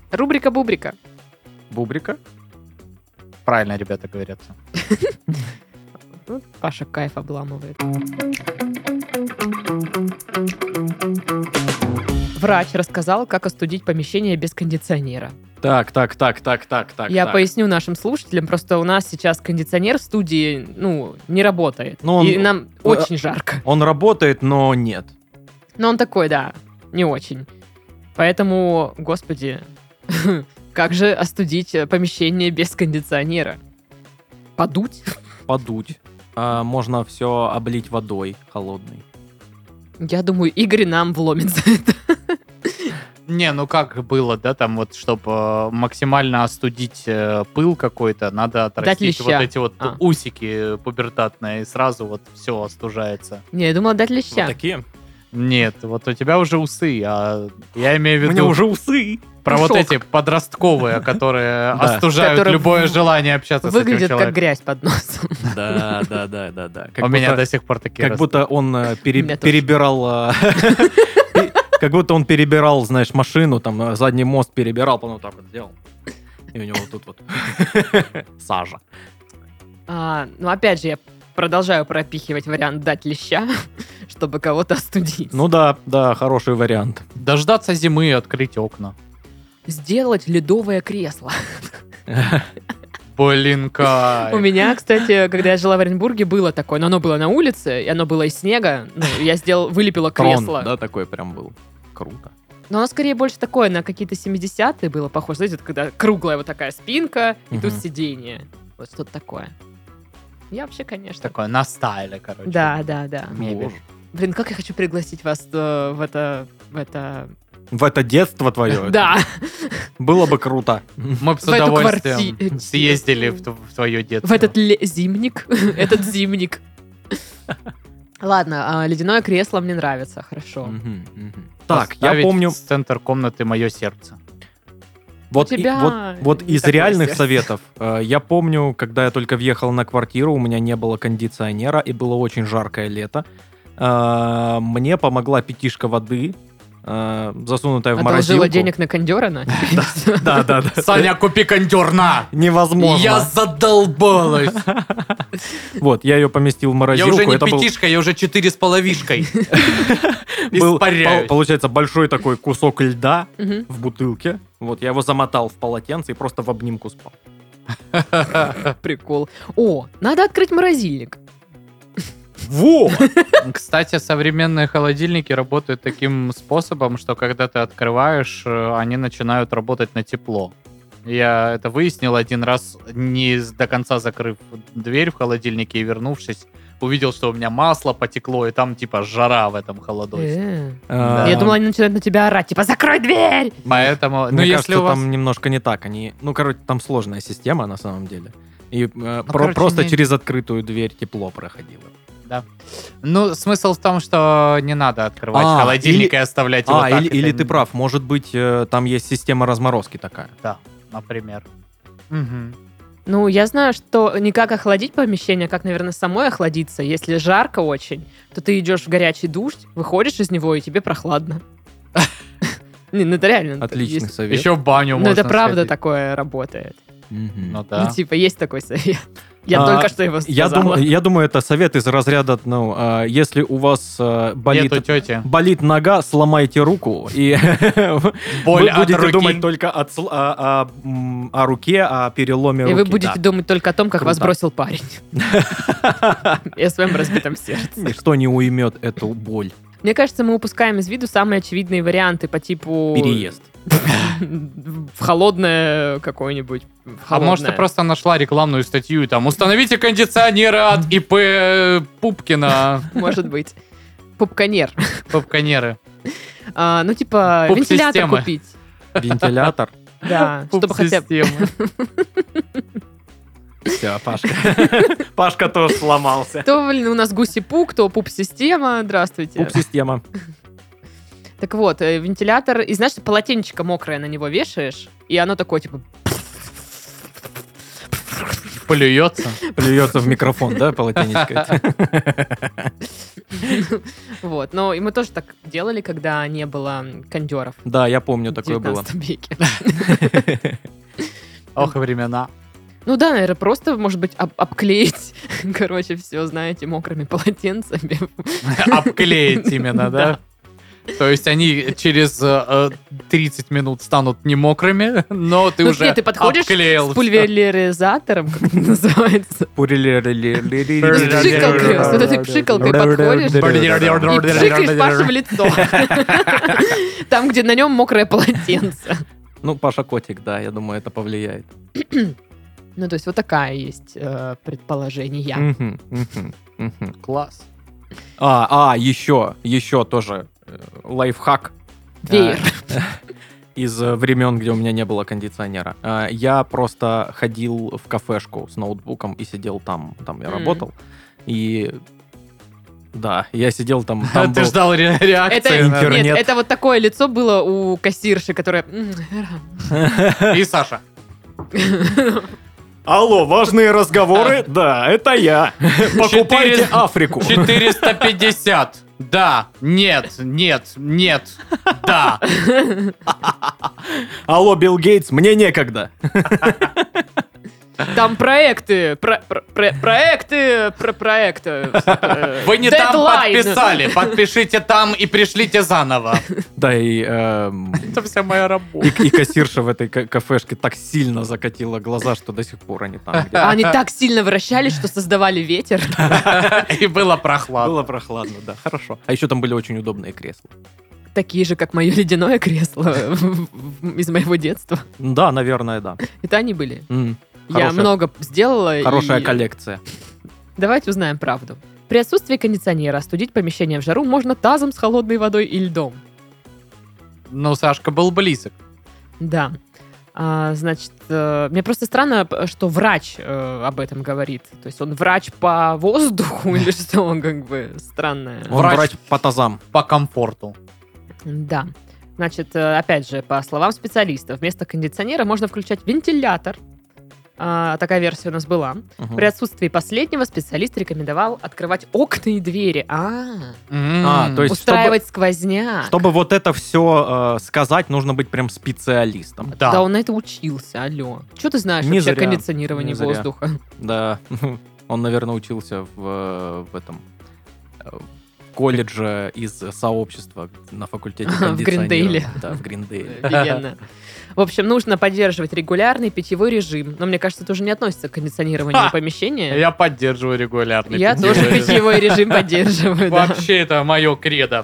Speaker 1: Рубрика-бубрика.
Speaker 2: Бубрика?
Speaker 3: Правильно ребята говорят.
Speaker 1: Ну, Паша кайф обламывает. Врач рассказал, как остудить помещение без кондиционера.
Speaker 2: Так, так, так, так, так, так.
Speaker 1: Я
Speaker 2: так.
Speaker 1: поясню нашим слушателям, просто у нас сейчас кондиционер в студии, ну, не работает.
Speaker 2: Ну, он-
Speaker 1: И нам очень жарко.
Speaker 2: Он работает, но нет.
Speaker 1: Но он такой, да, не очень. Поэтому, господи, (laughs) как же остудить э, помещение без кондиционера? Подуть?
Speaker 2: Подуть. А, можно все облить водой холодной.
Speaker 1: Я думаю, Игорь нам вломит за это.
Speaker 3: Не, ну как было, да, там вот, чтобы максимально остудить э, пыл какой-то, надо отрастить
Speaker 1: леща.
Speaker 3: вот эти вот
Speaker 1: А.
Speaker 3: усики пубертатные, и сразу вот все остужается.
Speaker 1: Не, я думала, дать леща.
Speaker 2: Вот такие.
Speaker 3: Нет, вот у тебя уже усы, а я имею в
Speaker 2: У
Speaker 3: виду...
Speaker 2: меня уже усы.
Speaker 3: Про вот
Speaker 1: Шок.
Speaker 3: эти
Speaker 2: (laughs)
Speaker 3: подростковые, которые
Speaker 2: Да.
Speaker 3: остужают
Speaker 1: Которые
Speaker 3: любое
Speaker 1: в-
Speaker 3: желание общаться с этим
Speaker 1: Выглядит как
Speaker 3: человеком.
Speaker 1: грязь под носом.
Speaker 2: (laughs) Да, да, да, да, да.
Speaker 3: У меня до сих пор такие
Speaker 2: Как
Speaker 3: рас-
Speaker 2: будто он э, пере-
Speaker 1: У меня тоже.
Speaker 2: перебирал... э, (laughs) пе- Как будто он перебирал, знаешь, машину, там, э, задний мост перебирал, потом вот так вот делал. И у него вот тут (laughs) вот сажа.
Speaker 1: (laughs) А, ну, опять же, я продолжаю пропихивать вариант дать леща, (laughs) чтобы кого-то остудить.
Speaker 2: Ну да, да, хороший вариант.
Speaker 3: Дождаться зимы и открыть окна.
Speaker 1: Сделать ледовое кресло.
Speaker 3: Блин,
Speaker 1: (laughs)
Speaker 3: кайф.
Speaker 1: У меня, кстати, когда я жила в Оренбурге, было такое, но оно было на улице, и оно было из снега. Ну, я сделал, вылепила
Speaker 2: Трон,
Speaker 1: кресло.
Speaker 2: да, такой прям был. Круто.
Speaker 1: Но оно скорее больше такое, на какие-то 70-е было похоже. Знаете, вот когда круглая вот такая спинка, и тут
Speaker 2: Мгм.
Speaker 1: сиденье. Вот что-то такое. Я вообще, конечно...
Speaker 3: Такое на стайле, короче.
Speaker 1: Да, да, да.
Speaker 3: Мебель.
Speaker 1: Блин, как я хочу пригласить вас э, в это, в это
Speaker 2: В это детство твое.
Speaker 1: Да.
Speaker 2: Было бы круто.
Speaker 3: Мы бы с
Speaker 1: В эту
Speaker 3: удовольствием
Speaker 1: квартиру.
Speaker 3: съездили в, тв- в твое
Speaker 1: (laughs)
Speaker 3: детство.
Speaker 1: В этот ле- зимник. (laughs) Этот зимник. Ладно, а, ледяное кресло мне нравится, хорошо.
Speaker 2: Мгм, мгм. Так, я
Speaker 1: А
Speaker 3: Поставить
Speaker 2: помню,
Speaker 3: в центр комнаты мое (laughs) сердце.
Speaker 2: вот, и-
Speaker 1: тебя
Speaker 2: вот, вот
Speaker 1: не
Speaker 2: из
Speaker 1: такое
Speaker 2: реальных
Speaker 1: сердце.
Speaker 2: советов. э, Я помню, когда я только въехал на квартиру, у меня не было кондиционера, и было очень жаркое лето. Э, Мне помогла пятишка воды, э, засунутая в
Speaker 1: Одолжила
Speaker 2: морозилку.
Speaker 1: А денег на кондера на.
Speaker 2: Да, да, да.
Speaker 3: купи кондерна!
Speaker 2: Невозможно. (laughs)
Speaker 3: задолбалась!
Speaker 2: Вот, я ее поместил в морозилку. это был-
Speaker 3: я уже четыре с половишкой.
Speaker 2: (laughs)
Speaker 3: (laughs)
Speaker 2: был, пол-
Speaker 3: Испаряюсь.
Speaker 2: получается, большой такой кусок льда
Speaker 1: Мгм.
Speaker 2: в бутылке. Вот, я его замотал в полотенце и просто в обнимку спал.
Speaker 1: Прикол. О, надо открыть морозильник.
Speaker 2: (laughs) Во!
Speaker 3: Кстати, современные холодильники работают таким способом, что когда ты открываешь, э, они начинают работать на тепло. Я это выяснил один раз, не с- до конца закрыв дверь в холодильнике и вернувшись, увидел, что у меня масло потекло, и там типа жара в этом холодосе.
Speaker 1: Э.
Speaker 3: Да.
Speaker 2: А,
Speaker 1: Я думала, они начинают на тебя орать, типа, закрой дверь!
Speaker 3: Поэтому, ну
Speaker 2: Мне
Speaker 3: если
Speaker 2: кажется,
Speaker 3: у вас...
Speaker 2: там немножко не так. Они, ну, короче, там сложная система на самом деле. И э,
Speaker 1: Ну,
Speaker 2: про-
Speaker 3: короче,
Speaker 2: просто
Speaker 3: не-
Speaker 2: через открытую дверь тепло проходило.
Speaker 3: Ну, смысл в том, что не надо открывать
Speaker 2: А,
Speaker 3: холодильник
Speaker 2: или-
Speaker 3: и оставлять его
Speaker 2: а,
Speaker 3: так.
Speaker 2: или,
Speaker 3: Это
Speaker 2: или ты
Speaker 3: не-
Speaker 2: прав, может быть, э, там есть система разморозки такая.
Speaker 3: Да, например. Мгм.
Speaker 1: Ну, я знаю, что не как охладить помещение, а как, наверное, самой охладиться. Если жарко очень, то ты идешь в горячий душ, выходишь из него, и тебе прохладно. (laughs) Не, ну это реально. это
Speaker 2: Отличный
Speaker 1: есть.
Speaker 2: совет.
Speaker 3: Еще в баню
Speaker 1: Ну, это
Speaker 3: можно
Speaker 1: правда
Speaker 3: сходить.
Speaker 1: такое работает.
Speaker 2: Мгм.
Speaker 3: Ну да.
Speaker 1: Ну, типа, есть такой совет. Я
Speaker 2: А,
Speaker 1: только что его
Speaker 2: я, думаю,
Speaker 1: сказала.
Speaker 2: я думаю, это совет из разряда, ну, э, если у вас э, болит,
Speaker 3: Нету тети.
Speaker 2: болит нога, сломайте руку и (laughs)
Speaker 3: Боль
Speaker 2: вы
Speaker 3: от
Speaker 2: будете
Speaker 3: руки.
Speaker 2: думать только от сл- о, о, м, о руке, о переломе
Speaker 1: И
Speaker 2: руки.
Speaker 1: вы будете
Speaker 2: да.
Speaker 1: думать только о том, как вас
Speaker 2: Круто.
Speaker 1: бросил
Speaker 2: (laughs)
Speaker 1: парень. И о своем разбитом сердце.
Speaker 2: Ничто не уймет эту боль.
Speaker 1: Мне кажется, мы упускаем из виду самые очевидные варианты по типу...
Speaker 2: Переезд.
Speaker 1: В холодное какое-нибудь. в
Speaker 3: А может, ты
Speaker 1: холодное.
Speaker 3: просто нашла рекламную статью и там «Установите кондиционеры от ИП
Speaker 2: (laughs)
Speaker 3: Пупкина».
Speaker 1: Может быть. Пупканер.
Speaker 3: Пупканеры.
Speaker 1: А, ну, типа,
Speaker 3: Пуп-система.
Speaker 1: вентилятор купить.
Speaker 2: Вентилятор.
Speaker 1: Да, чтобы хотя бы...
Speaker 3: Пуп-система.
Speaker 2: Все, Пашка. Пашка тоже сломался.
Speaker 1: То блин, у нас гуси-пук, то пуп-система. Здравствуйте.
Speaker 2: Пуп-система.
Speaker 1: Так вот, э, вентилятор... И знаешь, полотенечко мокрое на него вешаешь, и оно такое, типа, (laughs)
Speaker 3: Плюется.
Speaker 2: Плюется в микрофон, да, полотенечко?
Speaker 1: вот. Но и мы тоже так делали, когда не было кондеров.
Speaker 2: Да, я помню,
Speaker 1: в
Speaker 2: такое было.
Speaker 1: 19 веке. (laughs)
Speaker 3: Ох, и времена.
Speaker 1: Ну да, наверное, просто, может быть, об- обклеить, (laughs) короче, все, знаете, мокрыми полотенцами.
Speaker 3: (laughs) Обклеить именно, да? То есть они через э, э, 30 минут станут не мокрыми, но ты
Speaker 1: Ну,
Speaker 3: уже
Speaker 1: нет, ты подходишь
Speaker 3: обклеил
Speaker 1: с
Speaker 3: всё.
Speaker 1: пульверизатором, как это называется. Пшикал крест. Вот этой пшикалкой подходишь и пшикаешь Паше в лицо. (laughs) Там, где на нем мокрое полотенце.
Speaker 2: Ну, Паша Котик, да, я думаю, это повлияет.
Speaker 1: Ну, то есть вот такая есть э, предположение.
Speaker 2: Мгм, мгм, мгм.
Speaker 3: Класс.
Speaker 2: А, а, еще, еще тоже э, лайфхак.
Speaker 1: Веер.
Speaker 2: Э, (laughs) Из э, времен, где у меня не было кондиционера. Э, Я просто ходил в кафешку с ноутбуком и сидел там. Там я
Speaker 1: М.
Speaker 2: работал. И да, я сидел (laughs) там. там
Speaker 3: Ты
Speaker 2: был-
Speaker 3: ждал ре-
Speaker 1: Это,
Speaker 3: реакции.
Speaker 2: интернет.
Speaker 1: нет, это вот такое лицо было у кассирши, которая... «М,
Speaker 3: да? И Саша.
Speaker 2: Алло, важные (laughs) разговоры? Да, это (laughs) я. Покупайте Африку.
Speaker 3: 450. Да, нет, нет, нет, да.
Speaker 2: Алло, Билл Гейтс, мне некогда.
Speaker 1: Там проекты, про- про- про- проекты, про проекты. э,
Speaker 3: Вы не там
Speaker 1: дедлайн».
Speaker 3: подписали. Подпишите там и пришлите заново.
Speaker 2: Да, и, эм,
Speaker 3: Это вся моя работа.
Speaker 2: и- и кассирша в этой ка- кафешке так сильно закатила глаза, что до сих пор они там. где-то.
Speaker 1: А Они так сильно вращались, что создавали ветер.
Speaker 3: И было прохладно.
Speaker 2: Было прохладно, да, хорошо. А еще там были очень удобные кресла.
Speaker 1: Такие же, как мое ледяное кресло из моего детства.
Speaker 2: Да, наверное, да.
Speaker 1: Это они были.
Speaker 2: М,
Speaker 1: Я
Speaker 2: Хорошая-
Speaker 1: много сделала. Э, и-
Speaker 2: Хорошая коллекция.
Speaker 1: Давайте узнаем правду. При отсутствии кондиционера остудить помещение в жару можно тазом с холодной водой и льдом.
Speaker 3: Ну, Сашка был близок.
Speaker 1: Да. А, значит, э, мне просто странно, п- что врач э, об этом говорит. То есть он врач по воздуху (laughs) или что, он как бы странное.
Speaker 2: Он
Speaker 3: Врач-
Speaker 2: врач по тазам.
Speaker 3: По комфорту.
Speaker 1: Да. Значит, э, опять же, по словам специалистов, вместо кондиционера можно включать вентилятор. А, такая версия у нас была.
Speaker 2: Мгм.
Speaker 1: При отсутствии последнего специалист рекомендовал открывать окна и двери. А,
Speaker 2: А, то есть
Speaker 1: устраивать сквозняк.
Speaker 2: Чтобы вот это все сказать, нужно быть прям специалистом.
Speaker 1: Да.
Speaker 3: Да.
Speaker 1: он на это учился, алло. Что ты знаешь
Speaker 2: Не
Speaker 1: вообще о
Speaker 2: зря,
Speaker 1: кондиционировании
Speaker 2: не зря.
Speaker 1: воздуха?
Speaker 2: Да, (laughs) он, наверное, учился в, э, в этом э, колледже из сообщества на факультете
Speaker 1: (laughs) В Гриндейле.
Speaker 2: кондиционирования. Да, в Гриндейле.
Speaker 1: (laughs) Офигенно. В общем, нужно поддерживать регулярный питьевой режим. Но мне кажется, это уже не относится к кондиционированию
Speaker 3: Ха!
Speaker 1: помещения.
Speaker 3: Я поддерживаю регулярно.
Speaker 1: Я тоже питьевой режим поддерживаю. да.
Speaker 3: Вообще, это мое кредо.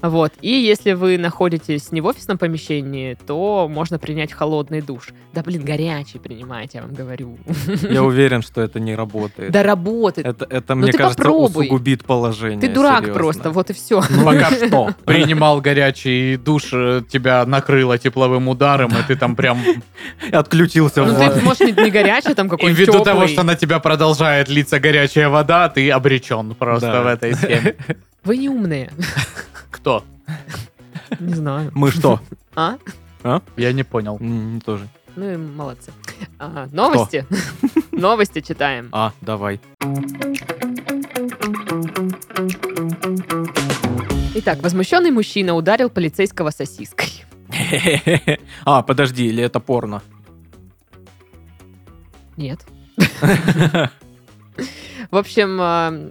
Speaker 1: Вот. И если вы находитесь не в офисном помещении, то можно принять холодный душ. Да блин, горячий принимайте, я вам говорю.
Speaker 2: (laughs) Я уверен, что это не работает.
Speaker 1: Да работает.
Speaker 2: Это, это мне
Speaker 1: ты
Speaker 2: кажется,
Speaker 1: попробуй.
Speaker 2: усугубит положение.
Speaker 1: Ты дурак
Speaker 2: серьезно.
Speaker 1: просто, вот и все. (laughs)
Speaker 2: Ну, Пока что.
Speaker 3: Принимал горячий душ, э, тебя накрыло тепловым ударом, и ты
Speaker 1: (laughs)
Speaker 3: там прям...
Speaker 2: Отключился.
Speaker 1: Ну
Speaker 2: в-
Speaker 1: ты, может, не- не горячий, а там
Speaker 3: И
Speaker 1: какой-нибудь
Speaker 3: ввиду того,
Speaker 1: тёплый.
Speaker 3: что на тебя продолжает литься горячая вода, ты обречен просто
Speaker 2: Да.
Speaker 3: в этой схеме. (laughs)
Speaker 1: Вы не умные. (laughs)
Speaker 3: Кто?
Speaker 1: Не знаю.
Speaker 2: Мы что?
Speaker 1: А?
Speaker 3: Я не понял.
Speaker 2: (laughs) М, Тоже.
Speaker 1: Ну и молодцы. А, новости. (laughs) Новости читаем.
Speaker 2: А, давай. (laughs)
Speaker 1: Итак, возмущенный мужчина ударил полицейского сосиской.
Speaker 2: А, подожди, или это порно?
Speaker 1: Нет. (laughs) В общем, э,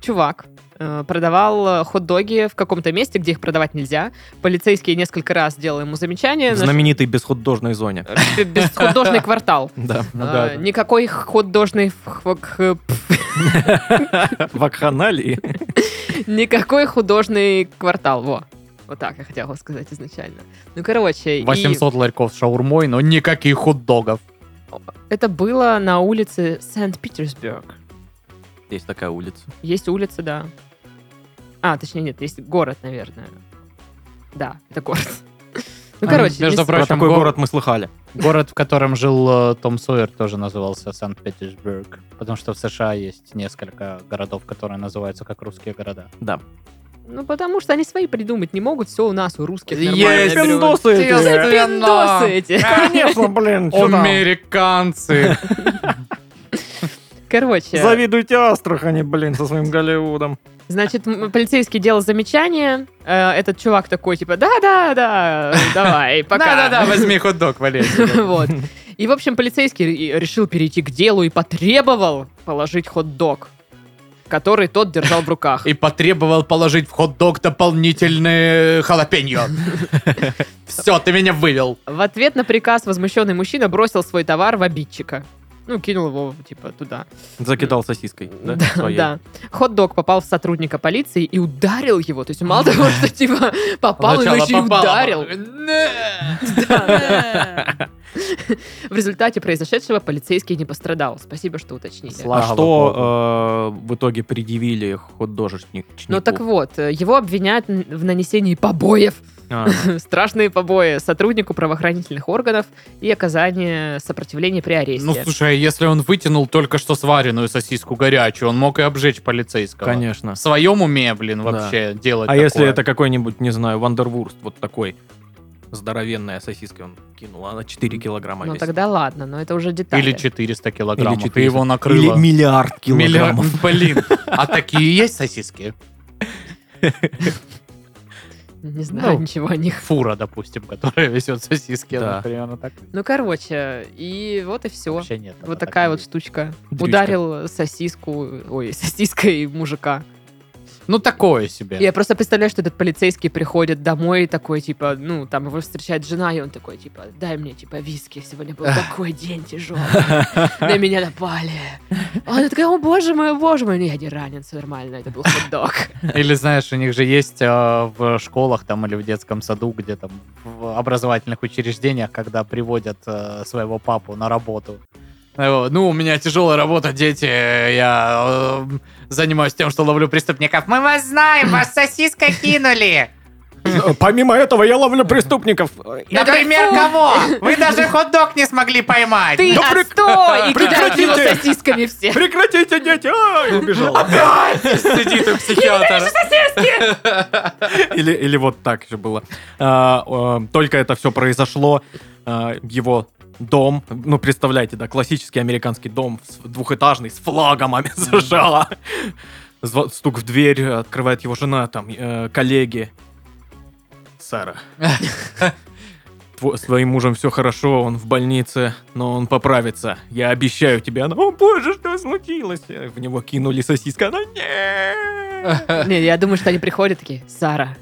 Speaker 1: чувак э, продавал э, хот-доги в каком-то месте, где их продавать нельзя. Полицейские несколько раз делали ему замечание. на что-
Speaker 2: Знаменитый бесхудожной зоне.
Speaker 1: э, без- Хот-дожный
Speaker 2: (laughs)
Speaker 1: квартал.
Speaker 2: Ну Да.
Speaker 3: Ну
Speaker 1: Э, Никакой хот-дожный... ф- хо- к- (laughs) пф, Э,
Speaker 2: (laughs) Вакханалии.
Speaker 1: Никакой художный квартал. Во. Вот так я хотела сказать изначально. Ну, короче, и
Speaker 3: 800 ларьков с шаурмой, но никаких хот-догов.
Speaker 1: это было на улице Санкт-Петербург.
Speaker 2: Есть такая улица.
Speaker 1: Есть улица, да. А, точнее, нет, есть город, наверное. Да, это город. Ну,
Speaker 3: А,
Speaker 1: короче,
Speaker 3: между
Speaker 1: есть-
Speaker 3: прочим,
Speaker 2: Про такой
Speaker 3: го-
Speaker 2: город мы слыхали.
Speaker 3: Город, в котором жил э, Том Сойер, тоже назывался Санкт-Петербург. Потому что в США есть несколько городов, которые называются как русские города.
Speaker 2: Да.
Speaker 1: ну, потому что они свои придумать не могут, все у нас, у русских нормально.
Speaker 3: Есть
Speaker 1: берут.
Speaker 2: пиндосы эти.
Speaker 1: Все пиндосы эти.
Speaker 2: Конечно, блин, (laughs)
Speaker 3: Американцы!
Speaker 1: Короче,
Speaker 2: Завидуйте Астрахани, блин, со своим Голливудом.
Speaker 1: значит, м- полицейский делал замечание, э, этот чувак такой, типа, да-да-да, давай, пока.
Speaker 3: Да-да-да, возьми
Speaker 2: (laughs)
Speaker 3: хот-дог, Валерий.
Speaker 1: Вот. И, в общем, полицейский и- решил перейти к делу и потребовал положить хот-дог, который тот держал в руках.
Speaker 3: И потребовал положить в хот-дог дополнительные халапеньо.
Speaker 2: (laughs)
Speaker 3: Все, ты меня вывел.
Speaker 1: В ответ на приказ возмущенный мужчина бросил свой товар в обидчика. Ну, кинул его, типа, туда.
Speaker 2: Закидал сосиской, да? своей?
Speaker 1: да. Хот-дог попал в сотрудника полиции и ударил его. То есть
Speaker 3: (laughs)
Speaker 1: мало того, что, типа, попал, он
Speaker 3: Сначала Э, ну,
Speaker 1: еще и
Speaker 3: попало. (laughs)
Speaker 1: ударил.
Speaker 3: Не.
Speaker 1: В результате произошедшего полицейский не пострадал. Спасибо, что уточнили.
Speaker 3: Слава
Speaker 2: А
Speaker 3: Слава
Speaker 2: что э, в итоге предъявили А, художник?
Speaker 1: Ну так вот, э, его обвиняют н- в нанесении побоев, (laughs) страшные побои сотруднику правоохранительных органов и оказание сопротивления при аресте.
Speaker 3: Ну, слушай, а если он вытянул только что сваренную сосиску горячую, он мог и обжечь полицейского.
Speaker 2: Конечно.
Speaker 3: В своем уме, блин,
Speaker 2: Да.
Speaker 3: вообще делать
Speaker 2: А если
Speaker 3: такое.
Speaker 2: это какой-нибудь, не знаю, Вандервурст, вот такой здоровенная сосиска, он кинул, она 4 килограмма
Speaker 1: ну
Speaker 2: весит.
Speaker 1: тогда ладно, но это уже детали.
Speaker 3: Или 400
Speaker 2: Или
Speaker 3: килограммов, ты
Speaker 2: 400.
Speaker 3: его накрыло.
Speaker 2: Или миллиард килограммов.
Speaker 3: Миллиард, (laughs) Блин, а
Speaker 2: (laughs)
Speaker 3: такие есть сосиски?
Speaker 1: Не знаю
Speaker 3: Ну.
Speaker 1: ничего о них.
Speaker 3: Фура, допустим, которая везет сосиски, она
Speaker 2: Да.
Speaker 3: примерно так.
Speaker 1: Ну, короче, и вот и все.
Speaker 3: Вообще нет. она
Speaker 1: Вот такая
Speaker 3: не
Speaker 1: вот
Speaker 3: есть.
Speaker 1: штучка.
Speaker 2: Дрючка.
Speaker 1: Ударил сосиску, ой, (laughs) сосиской мужика.
Speaker 3: Ну, такое себе.
Speaker 1: Я просто представляю, что этот полицейский приходит домой и такой, типа, ну, там его встречает жена, и он такой, типа, дай мне, типа, виски, сегодня был такой день тяжелый, на меня напали. А Она такая, о боже мой, о боже мой, ну я не ранен, все нормально, это был (laughs) хот-дог.
Speaker 3: Или, знаешь, у них же есть э, в школах там или в детском саду, где там в образовательных учреждениях, когда приводят э, своего папу на работу. Э, Ну, у меня тяжелая работа, дети, э, я э, занимаюсь тем, что ловлю преступников. Мы вас знаем, вас сосиска кинули.
Speaker 2: Помимо этого я ловлю преступников.
Speaker 3: Например,
Speaker 1: такой,
Speaker 3: кого? Вы даже хот-дог не смогли поймать.
Speaker 1: Ты
Speaker 2: Да прек-
Speaker 1: отстой! И кидаешь его
Speaker 2: Прекратите!
Speaker 1: сосисками все.
Speaker 2: Прекратите, дети! А, и убежал.
Speaker 4: Сидит у психиатра.
Speaker 2: Или, или вот так же было. А, э, Только это все произошло. а, Его дом, ну, представляете, да, классический американский дом, с- двухэтажный, с флагом ами- (laughs) США. Зв- Стук в дверь, открывает его жена, там, э, коллеги. Сара. Тво- С твоим мужем все хорошо, он в больнице, но он поправится. Я обещаю тебе. Она, о боже, что случилось? Э, В него кинули сосиска. Она, нет.
Speaker 1: Не, я думаю, что они приходят такие, Сара,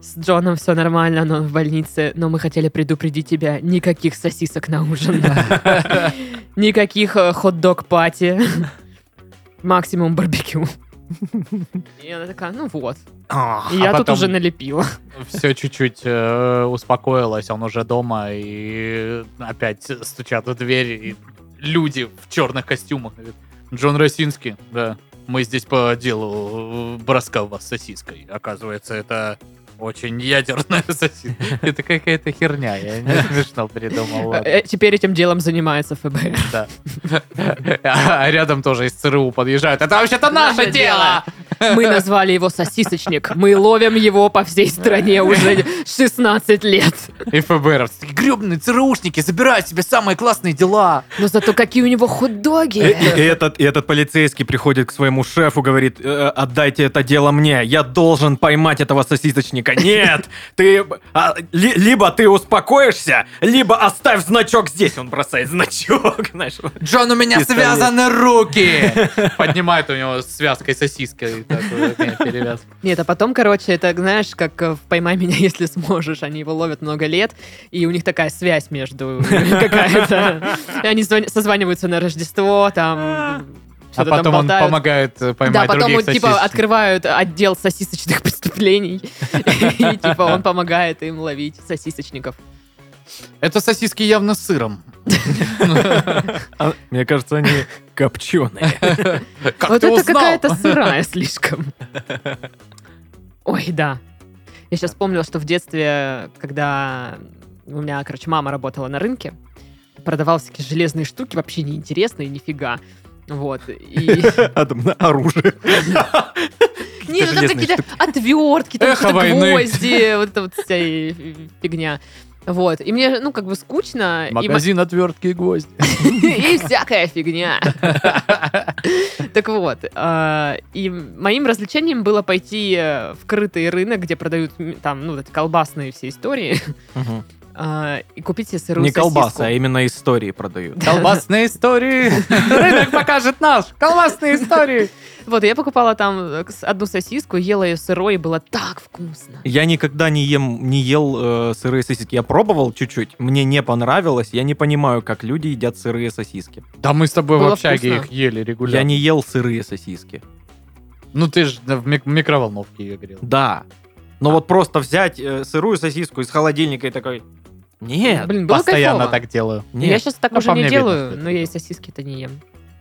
Speaker 1: с Джоном все нормально, но он в больнице, но мы хотели предупредить тебя, никаких сосисок на ужин, (laughs) никаких э, хот-дог-пати, максимум барбекю. И она такая, ну вот,
Speaker 2: А.
Speaker 1: И я тут
Speaker 3: потом-
Speaker 1: уже налепила.
Speaker 3: Все чуть-чуть э, успокоилось, он уже дома, и опять стучат в дверь, и люди в черных костюмах. Говорят, Джон Росинский, да, мы здесь по делу э, броска вас сосиской. Оказывается, это очень ядерная (laughs) сосиска. Это какая-то херня, я не (laughs) смешно придумал. ладно.
Speaker 1: Э, Теперь этим делом занимается ФБР.
Speaker 3: Да. А рядом тоже из ЦРУ подъезжают. Это вообще-то наше
Speaker 1: Наше
Speaker 3: дело!
Speaker 1: дело!» Мы назвали его сосисочник. Мы ловим его по всей стране уже 16 лет.
Speaker 3: И ФБРовцы. такие, Гребные ЦРУшники, забирают себе самые классные дела.
Speaker 1: Но зато какие у него
Speaker 2: И,
Speaker 1: хот-доги.
Speaker 2: и- и этот, и этот полицейский приходит к своему шефу, говорит, «Э, отдайте это дело мне, я должен поймать этого сосисочника. Нет, ты а, ли- либо ты успокоишься, либо оставь значок здесь. Он бросает значок, (laughs) знаешь.
Speaker 4: Джон, у меня
Speaker 2: Пистолет.
Speaker 4: связаны руки.
Speaker 3: (laughs) Поднимает у него связкой сосиской. такую, э, перевязку.
Speaker 1: Нет, а потом, короче, это, знаешь, как э, в «Поймай меня, (laughs) если сможешь». Они его ловят много лет, и у них такая связь
Speaker 3: (laughs)
Speaker 1: между какая-то. И Они звон- созваниваются на Рождество, там...
Speaker 3: А
Speaker 1: что-то там
Speaker 3: потом он
Speaker 1: болтают.
Speaker 3: помогает э,
Speaker 1: Да,
Speaker 3: поймать
Speaker 1: потом
Speaker 3: других
Speaker 1: вот, типа,
Speaker 3: сосисочек.
Speaker 1: открывают отдел сосисочных (laughs) преступлений,
Speaker 3: (laughs)
Speaker 1: и, типа, он помогает им ловить сосисочников.
Speaker 3: Это сосиски явно с
Speaker 1: (laughs)
Speaker 3: сыром.
Speaker 2: А, Мне кажется, они (laughs) копченые.
Speaker 3: Как
Speaker 1: вот
Speaker 3: ты
Speaker 1: это
Speaker 3: узнал?
Speaker 1: какая-то сырая слишком. Ой, да. Я сейчас вспомнила, что в детстве, когда у меня, короче, мама работала на рынке, продавала всякие железные штуки, вообще неинтересные, нифига. Вот.
Speaker 3: (laughs)
Speaker 1: И...
Speaker 2: А там на оружие.
Speaker 1: Нет, ну там
Speaker 2: железные
Speaker 1: какие-то отвертки, там
Speaker 3: Эхо
Speaker 1: какие-то
Speaker 3: войны.
Speaker 1: гвозди, вот эта вот вся э, фигня. Вот. И мне, ну, как бы скучно. и м-
Speaker 3: (laughs) Магазин отвертки и гвозди.
Speaker 1: И всякая фигня. Так вот, э, и моим развлечением было пойти э, в крытый рынок, где продают м, там, ну, вот эти колбасные все истории, э, и купить себе сырую
Speaker 2: Не колбасы,
Speaker 1: сосиску.
Speaker 2: а именно истории продают.
Speaker 1: (laughs)
Speaker 3: Колбасные истории. Рынок покажет наш. Колбасные истории.
Speaker 1: Вот, я покупала там э, с- одну сосиску, ела ее сырой, и было так вкусно.
Speaker 2: Я никогда не ем, не ел э, сырые сосиски. Я пробовал чуть-чуть, мне не понравилось. Я не понимаю, как люди едят сырые сосиски.
Speaker 3: Да мы с тобой в
Speaker 1: Было
Speaker 3: общаге
Speaker 1: вкусно.
Speaker 3: их ели
Speaker 2: Я
Speaker 3: регулярно.
Speaker 2: не ел сырые сосиски.
Speaker 3: Ну ты же в мик- микроволновке ее грел.
Speaker 2: Да. Но
Speaker 1: А.
Speaker 2: вот просто взять э, сырую сосиску из холодильника и такой... Нет,
Speaker 1: Блин, было
Speaker 3: Постоянно
Speaker 1: кайфово.
Speaker 3: так делаю.
Speaker 1: Я
Speaker 2: нет.
Speaker 1: сейчас так
Speaker 3: Ну,
Speaker 1: уже
Speaker 3: по
Speaker 1: не
Speaker 3: мне видно, что
Speaker 1: делаю,
Speaker 3: это
Speaker 1: но я и
Speaker 3: было.
Speaker 1: сосиски-то не ем.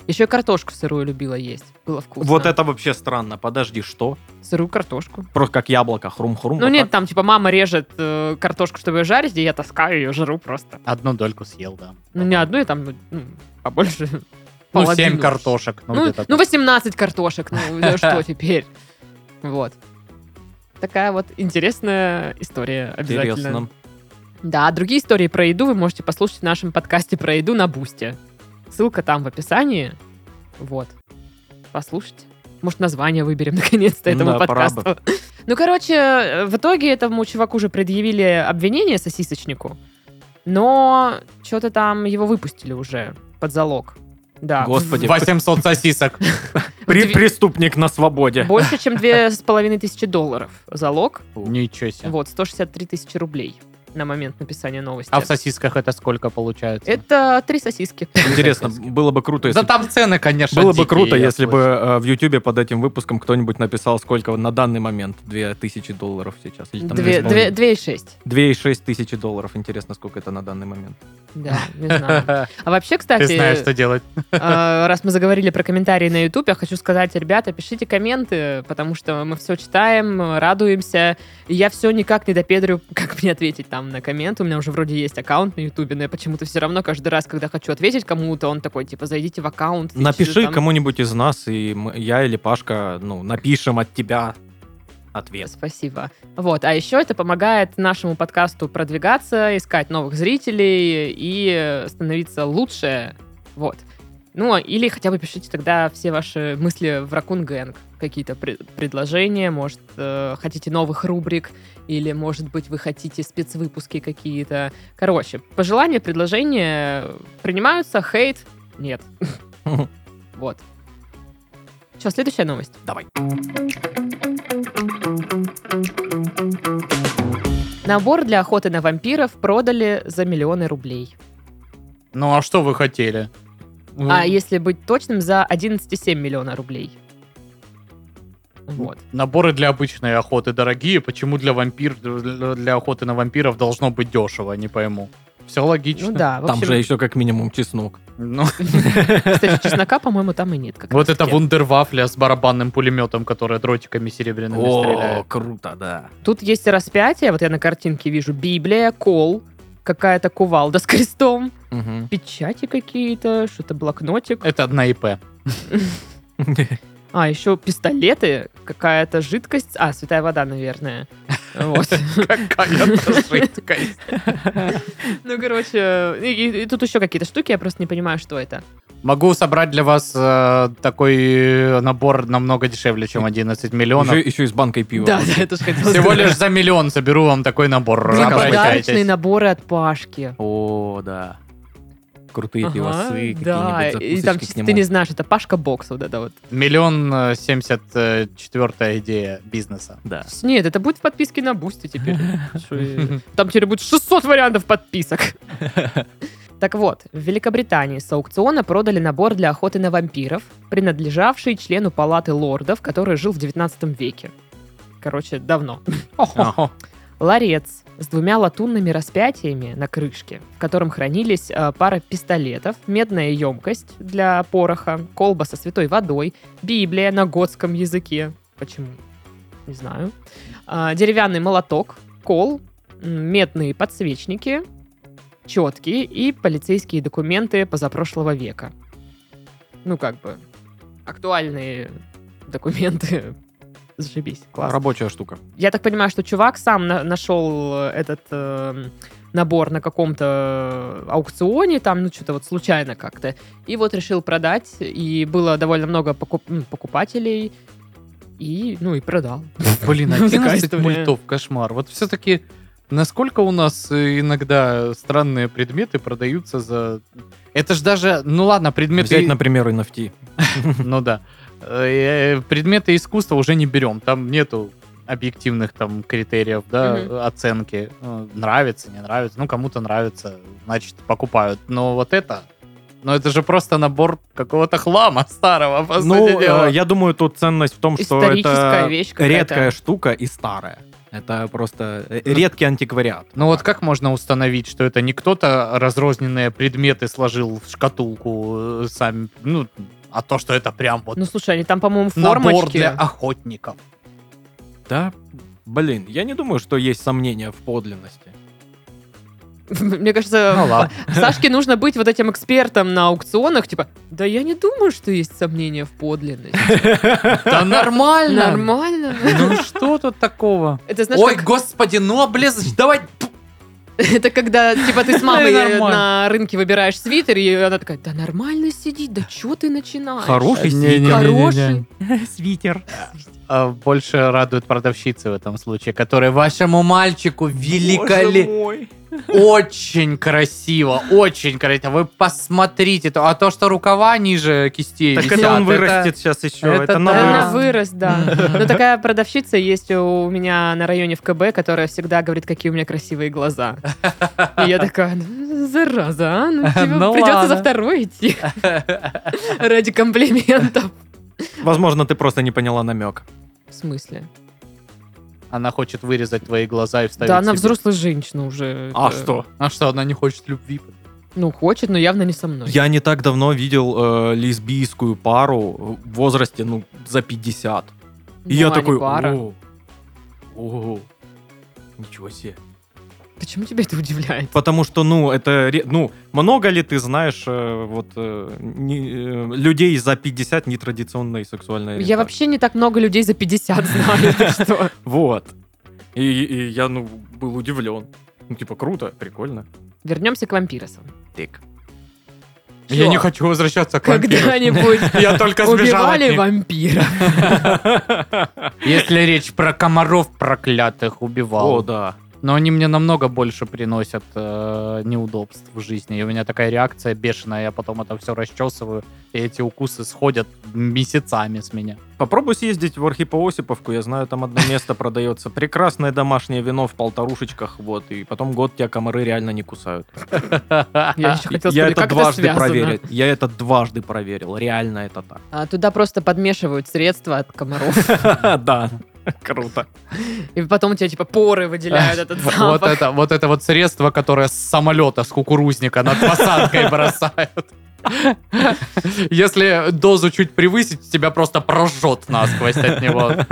Speaker 1: Еще и картошку сырую любила есть. Было вкусно.
Speaker 2: Вот это вообще странно. Подожди, что?
Speaker 1: Сырую картошку.
Speaker 2: Просто как яблоко, хрум-хрум.
Speaker 1: Ну
Speaker 2: вот
Speaker 1: нет,
Speaker 2: так.
Speaker 1: там типа мама режет э, картошку, чтобы ее жарить, и я таскаю ее, жару просто.
Speaker 3: Одну дольку съел, да.
Speaker 1: Ну, не одну, я там ну, ну, побольше.
Speaker 3: Ну,
Speaker 1: половину.
Speaker 3: 7 картошек. Ну,
Speaker 1: Ну,
Speaker 3: где-то
Speaker 1: ну,
Speaker 3: так.
Speaker 1: 18 картошек. Ну, да что теперь? Вот. Такая вот интересная история обязательно.
Speaker 2: Интересно.
Speaker 1: Да, а другие истории про еду вы можете послушать в нашем подкасте про еду на Бусте. Ссылка там в описании. Вот. Послушайте. Может, название выберем (laughs) наконец-то этому
Speaker 2: Да, пора бы.
Speaker 1: подкасту. Ну, короче, э, в итоге этому чуваку уже предъявили обвинение сосисочнику, но что-то там его выпустили уже под залог. Да.
Speaker 2: Господи.
Speaker 3: 800 сосисок.
Speaker 2: При-
Speaker 1: Удив-
Speaker 2: Преступник на свободе.
Speaker 1: Больше, чем две с половиной тысячи долларов залог.
Speaker 3: Ничего себе.
Speaker 1: Вот, 163 тысячи рублей. на момент написания новости.
Speaker 3: А в сосисках это сколько получается?
Speaker 1: Это три сосиски.
Speaker 2: Интересно, было бы круто, если
Speaker 3: Да там цены, конечно,
Speaker 2: Было бы
Speaker 3: дикие,
Speaker 2: круто,
Speaker 3: я
Speaker 2: если бы
Speaker 3: слышал.
Speaker 2: э, в Ютубе под этим выпуском кто-нибудь написал, сколько на данный момент 2000 долларов сейчас. Или там
Speaker 1: Две-
Speaker 2: две с
Speaker 1: две-
Speaker 2: половиной.
Speaker 1: две и шесть.
Speaker 2: Две и шесть тысячи долларов. Интересно, сколько это на данный момент.
Speaker 1: Да, не
Speaker 3: (laughs)
Speaker 1: знаю. А вообще, кстати,
Speaker 3: Ты знаешь, что делать.
Speaker 1: Э, Раз мы заговорили про комментарии на YouTube, я хочу сказать, ребята, пишите комменты, потому что мы все читаем, э, радуемся. И я все никак не допедрю, (laughs) как мне ответить там на коммент. У меня уже вроде есть аккаунт на YouTube, но я почему-то все равно каждый раз, когда хочу ответить кому-то, он такой, типа, зайдите в аккаунт. ищите
Speaker 2: Напиши
Speaker 1: там».
Speaker 2: кому-нибудь из нас, и мы- я или Пашка, ну, напишем от тебя ответ.
Speaker 1: Спасибо. Вот, а еще это помогает нашему подкасту продвигаться, искать новых зрителей и э, становиться лучше. Вот. Ну, а- или хотя бы пишите тогда все ваши мысли в Ракун Гэнг. Какие-то пре- предложения, может, э, хотите новых рубрик, или, может быть, вы хотите спецвыпуски какие-то. Короче, пожелания, предложения принимаются, хейт нет. Вот. Что, следующая новость?
Speaker 2: Давай.
Speaker 1: Набор для охоты на вампиров продали за миллионы рублей.
Speaker 3: Ну а что вы хотели? Ну,
Speaker 1: А если быть точным, за 11,7 миллиона рублей.
Speaker 3: Ну,
Speaker 1: Вот. Ну
Speaker 3: Наборы для обычной охоты дорогие, почему для вампир для для охоты на вампиров должно быть дешево, не пойму. Все логично.
Speaker 1: Ну да, в
Speaker 2: Там
Speaker 1: общем,
Speaker 2: же еще как минимум чеснок.
Speaker 3: (laughs)
Speaker 1: (laughs)
Speaker 3: Ну,
Speaker 1: кстати, чеснока, по-моему, там и нет. как
Speaker 3: вот
Speaker 1: раз
Speaker 3: это
Speaker 1: таки.
Speaker 3: вундервафля с барабанным пулеметом, которая дротиками серебряными
Speaker 2: О,
Speaker 3: стреляет.
Speaker 2: круто, да.
Speaker 1: Тут есть распятие, вот я на картинке вижу Библия, кол, какая-то кувалда с крестом,
Speaker 2: Мгм.
Speaker 1: печати какие-то, что-то блокнотик.
Speaker 3: Это
Speaker 2: (laughs)
Speaker 3: одна ИП.
Speaker 1: А, еще пистолеты, какая-то жидкость. А, святая вода, наверное.
Speaker 2: (laughs)
Speaker 1: Вот.
Speaker 3: (laughs) Какая-то жидкость.
Speaker 1: Ну, короче, и, и- и тут еще какие-то штуки, я просто не понимаю, что это.
Speaker 3: Могу собрать для вас э, такой набор намного дешевле, чем 11 миллионов.
Speaker 2: Еще, еще и с банкой пива.
Speaker 1: Да, да, я тоже хотела
Speaker 3: Всего
Speaker 1: сказать.
Speaker 3: лишь за миллион соберу вам такой набор.
Speaker 1: Блин,
Speaker 2: Заказывайте.
Speaker 1: подарочные
Speaker 3: Обращайтесь.
Speaker 1: наборы от Пашки.
Speaker 2: О, да. Крутые
Speaker 1: Ага,
Speaker 2: пивасы,
Speaker 1: да,
Speaker 2: какие-нибудь
Speaker 1: и там
Speaker 2: закусочки к нему.
Speaker 1: ты не знаешь, это Пашка бокс вот это вот.
Speaker 3: Миллион э, семьдесят четвертая идея бизнеса.
Speaker 2: Да.
Speaker 1: С- Нет, это будет в подписке на Бусти теперь. Что я- Там теперь будет 600 вариантов подписок. Так вот, в Великобритании с аукциона продали набор для охоты на вампиров, принадлежавший члену палаты лордов, который жил в 19 веке. Короче, давно.
Speaker 3: А,
Speaker 1: Ларец с двумя латунными распятиями на крышке, в котором хранились э, пара пистолетов, медная емкость для пороха, колба со святой водой, Библия на готском языке. Почему? Не знаю. А, Деревянный молоток, кол, м, медные подсвечники, четкие и полицейские документы позапрошлого века. Ну, как бы, актуальные (laughs) документы. Зашибись, классно.
Speaker 2: Рабочая штука.
Speaker 1: Я так понимаю, что чувак сам на- нашел э, этот эм, набор на каком-то аукционе, там, ну, что-то вот случайно как-то. И вот решил продать, и было довольно много покуп- м, покупателей, и, ну, и продал.
Speaker 3: Блин,
Speaker 1: Ну, такая
Speaker 3: 11
Speaker 1: история.
Speaker 3: мультов, кошмар. Вот все-таки, насколько у нас э, иногда странные предметы продаются за... Это же даже, ну ладно, предметы...
Speaker 2: Взять, например, NFT.
Speaker 3: Ну да. Э, э, Предметы искусства уже не берем. Там нету объективных там критериев, да,
Speaker 1: Мгм.
Speaker 3: оценки. Ну, Нравится, не нравится. Ну, кому-то нравится, значит, покупают. Но вот это... Ну, это же просто набор какого-то хлама старого, по сути
Speaker 2: Ну,
Speaker 3: дела.
Speaker 2: э, я думаю, тут ценность в
Speaker 3: Ну
Speaker 2: том, что
Speaker 1: Историческая
Speaker 2: это
Speaker 1: вещь какая-то.
Speaker 2: редкая штука и старая. Это просто э, редкий антиквариат.
Speaker 3: Ну вот как можно установить, что это не кто-то разрозненные предметы сложил в шкатулку э, сами, ну, а то, что это прям вот
Speaker 1: Ну, слушай, они там, по-моему,
Speaker 3: набор
Speaker 1: формочки.
Speaker 3: для охотников.
Speaker 2: Да, блин, я не думаю, что есть сомнения в подлинности.
Speaker 1: (laughs) Мне кажется,
Speaker 3: Ну ладно.
Speaker 1: Сашке нужно быть вот этим экспертом на аукционах, типа, да я не думаю, что есть сомнения в подлинности.
Speaker 3: Да (laughs) нормально.
Speaker 1: Нормально.
Speaker 3: Ну что тут такого?
Speaker 1: Это знаешь,
Speaker 4: Ой,
Speaker 1: как-
Speaker 4: господи, ну облез, давай.
Speaker 1: (laughs) Это когда, типа, ты с мамой
Speaker 3: Да и нормально.
Speaker 1: на рынке выбираешь свитер, и она такая, да нормально сидит, да чё ты начинаешь?
Speaker 2: Хороший свитер.
Speaker 1: Хороший. (laughs)
Speaker 2: Свитер.
Speaker 3: А, Больше радуют продавщицы в этом случае, которые вашему
Speaker 4: Вашему мальчику великолепно.
Speaker 2: мой.
Speaker 3: Очень красиво, очень красиво. Вы посмотрите. то- А то, что рукава ниже кистей
Speaker 2: Так это
Speaker 3: висят,
Speaker 2: он вырастет сейчас еще.
Speaker 3: это
Speaker 2: Это
Speaker 3: да.
Speaker 1: Она
Speaker 2: на вырост.
Speaker 1: вырос, да. Но такая продавщица есть у меня на районе в КБ, которая всегда говорит, какие у меня красивые глаза. И я такая, «Ну, зараза, а? Ну, типа,
Speaker 3: Ну
Speaker 1: придется
Speaker 3: ладно.
Speaker 1: за второй идти (laughs) ради комплиментов.
Speaker 2: Возможно, ты просто не поняла намек.
Speaker 1: В смысле?
Speaker 3: Она хочет вырезать твои глаза и вставить
Speaker 1: Да, она
Speaker 3: себе.
Speaker 1: взрослая женщина уже.
Speaker 2: А
Speaker 1: Это-
Speaker 2: что?
Speaker 3: А что, она не хочет любви?
Speaker 1: Ну, хочет, но явно не со мной.
Speaker 2: Я не так давно видел э, лесбийскую пару в возрасте, ну, за 50.
Speaker 1: Ну,
Speaker 2: И я
Speaker 1: они
Speaker 2: такой,
Speaker 1: пара.
Speaker 2: о, о, ничего себе.
Speaker 1: Почему тебя это удивляет?
Speaker 2: Потому что, ну, это, ре- ну, много ли ты знаешь э, вот э, не- э, людей за 50 нетрадиционной сексуальной
Speaker 1: Я
Speaker 2: ориентации?
Speaker 1: вообще не так много людей за 50 знаю, ты что?
Speaker 2: Вот. И, и я, ну, был удивлен. Ну, типа, круто, прикольно.
Speaker 1: Вернемся к вампиросам.
Speaker 2: Тык.
Speaker 3: Я
Speaker 1: Всё.
Speaker 3: не хочу возвращаться к вампиру. (laughs)
Speaker 1: Когда-нибудь
Speaker 3: Я только
Speaker 1: (laughs)
Speaker 3: сбежал от
Speaker 1: убивали
Speaker 3: них.
Speaker 1: вампира.
Speaker 3: Если речь про комаров проклятых, убивал.
Speaker 2: О, да.
Speaker 3: Но они мне намного больше приносят э, неудобств в жизни. И у меня такая реакция бешеная, я потом это все расчесываю, и эти укусы сходят месяцами с меня. (laughs)
Speaker 2: Попробуй съездить в Архипоосиповку, я знаю, там одно место продается. Прекрасное домашнее вино в полторушечках, вот, и потом год тебя комары реально не кусают.
Speaker 1: Я
Speaker 3: (laughs)
Speaker 1: еще хотела
Speaker 2: я
Speaker 1: спросить,
Speaker 2: это
Speaker 1: как
Speaker 2: дважды
Speaker 1: связано?
Speaker 2: проверил. Я это дважды проверил, реально это так.
Speaker 1: А, Туда просто подмешивают средства от комаров.
Speaker 3: (laughs)
Speaker 2: Да, (laughs) круто.
Speaker 1: И потом у тебя типа поры выделяют этот
Speaker 3: Вот
Speaker 1: запах.
Speaker 3: это, вот это вот средство, которое с самолета, с кукурузника над посадкой (laughs) бросают. Если дозу чуть превысить, тебя просто прожжет насквозь от него.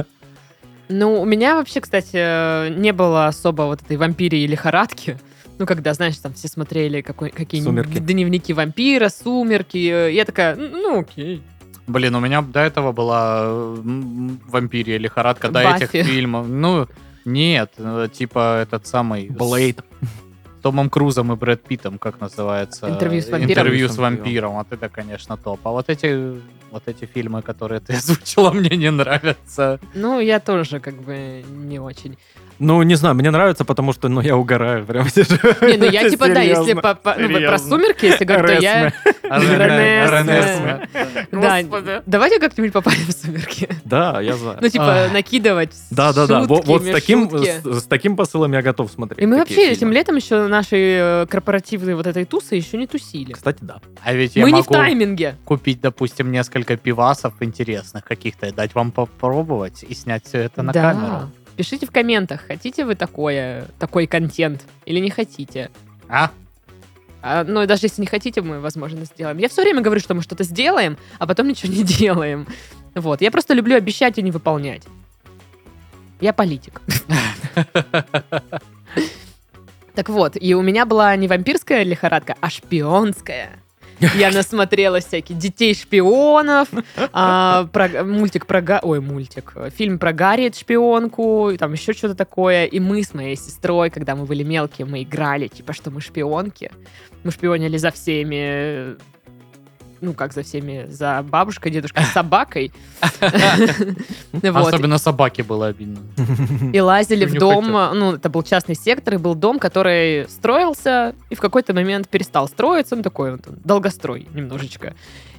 Speaker 1: Ну, у меня вообще, кстати, э, не было особо вот этой вампирии лихорадки. Ну, когда, знаешь, там все смотрели какой-
Speaker 2: Сумерки.
Speaker 1: какие-нибудь дневники вампира, сумерки. э, Я такая, ну окей.
Speaker 3: Блин, у меня до этого была м, вампирия лихорадка до
Speaker 1: Баффи.
Speaker 3: этих фильмов. Ну, нет, э, типа этот самый... с
Speaker 2: Блейд.
Speaker 3: Томом Крузом и Брэд Питтом, как называется?
Speaker 1: Интервью с вампиром.
Speaker 3: Интервью с вампиром. Вот это, конечно, топ. А вот эти, вот эти фильмы, которые ты (laughs) озвучила, мне не нравятся.
Speaker 1: Ну, я тоже как бы не очень.
Speaker 2: Ну, не знаю, мне нравится, потому что, ну, я угораю (laughs) прямо сейчас.
Speaker 1: Не, ну я типа, да, если
Speaker 2: Серьезно.
Speaker 1: по- по- ну, вот про
Speaker 2: Серьезно.
Speaker 1: сумерки, если говорить, то я...
Speaker 3: А
Speaker 1: Ренесме.
Speaker 3: Ренесме.
Speaker 1: (laughs) Да, давайте как-нибудь попали в сумерки.
Speaker 2: Да, я за.
Speaker 1: Ну, типа,
Speaker 3: Ах.
Speaker 1: накидывать
Speaker 2: Да, да, да. Во-
Speaker 1: шутки,
Speaker 2: Вот с таким,
Speaker 1: межшутки.
Speaker 2: с, с таким посылом я готов смотреть.
Speaker 1: И мы
Speaker 2: такие
Speaker 1: вообще этим
Speaker 2: фильмы.
Speaker 1: летом еще наши э, корпоративные вот этой тусы еще не тусили.
Speaker 2: Кстати, да.
Speaker 3: А ведь я
Speaker 1: мы не в
Speaker 3: могу
Speaker 1: тайминге.
Speaker 3: купить, допустим, несколько пивасов интересных каких-то и дать вам попробовать и снять все это на
Speaker 1: Да.
Speaker 3: камеру.
Speaker 1: Пишите в комментах, хотите вы такое, такой контент или не хотите.
Speaker 3: А?
Speaker 1: А, ну, и даже если не хотите, мы, возможно, сделаем. Я все время говорю, что мы что-то сделаем, а потом ничего не (laughs) делаем. Вот. Я просто люблю обещать и не выполнять. Я политик. Так вот, и у меня была не вампирская лихорадка, а шпионская. Я насмотрела всякие детей шпионов, а, про- мультик про Га- ой, мультик, э, фильм про Гарриет шпионку, и там еще что-то такое. И мы с моей сестрой, когда мы были мелкие, мы играли, типа, что мы шпионки. Мы шпионили за всеми, э, ну как за всеми, за бабушкой, дедушкой, с собакой. Вот.
Speaker 3: Особенно собаке было (laughs) обидно.
Speaker 1: И лазили в
Speaker 3: Не
Speaker 1: дом, ну, это был частный сектор, и был дом, который строился, и в какой-то момент перестал строиться, он такой вот, долгострой немножечко.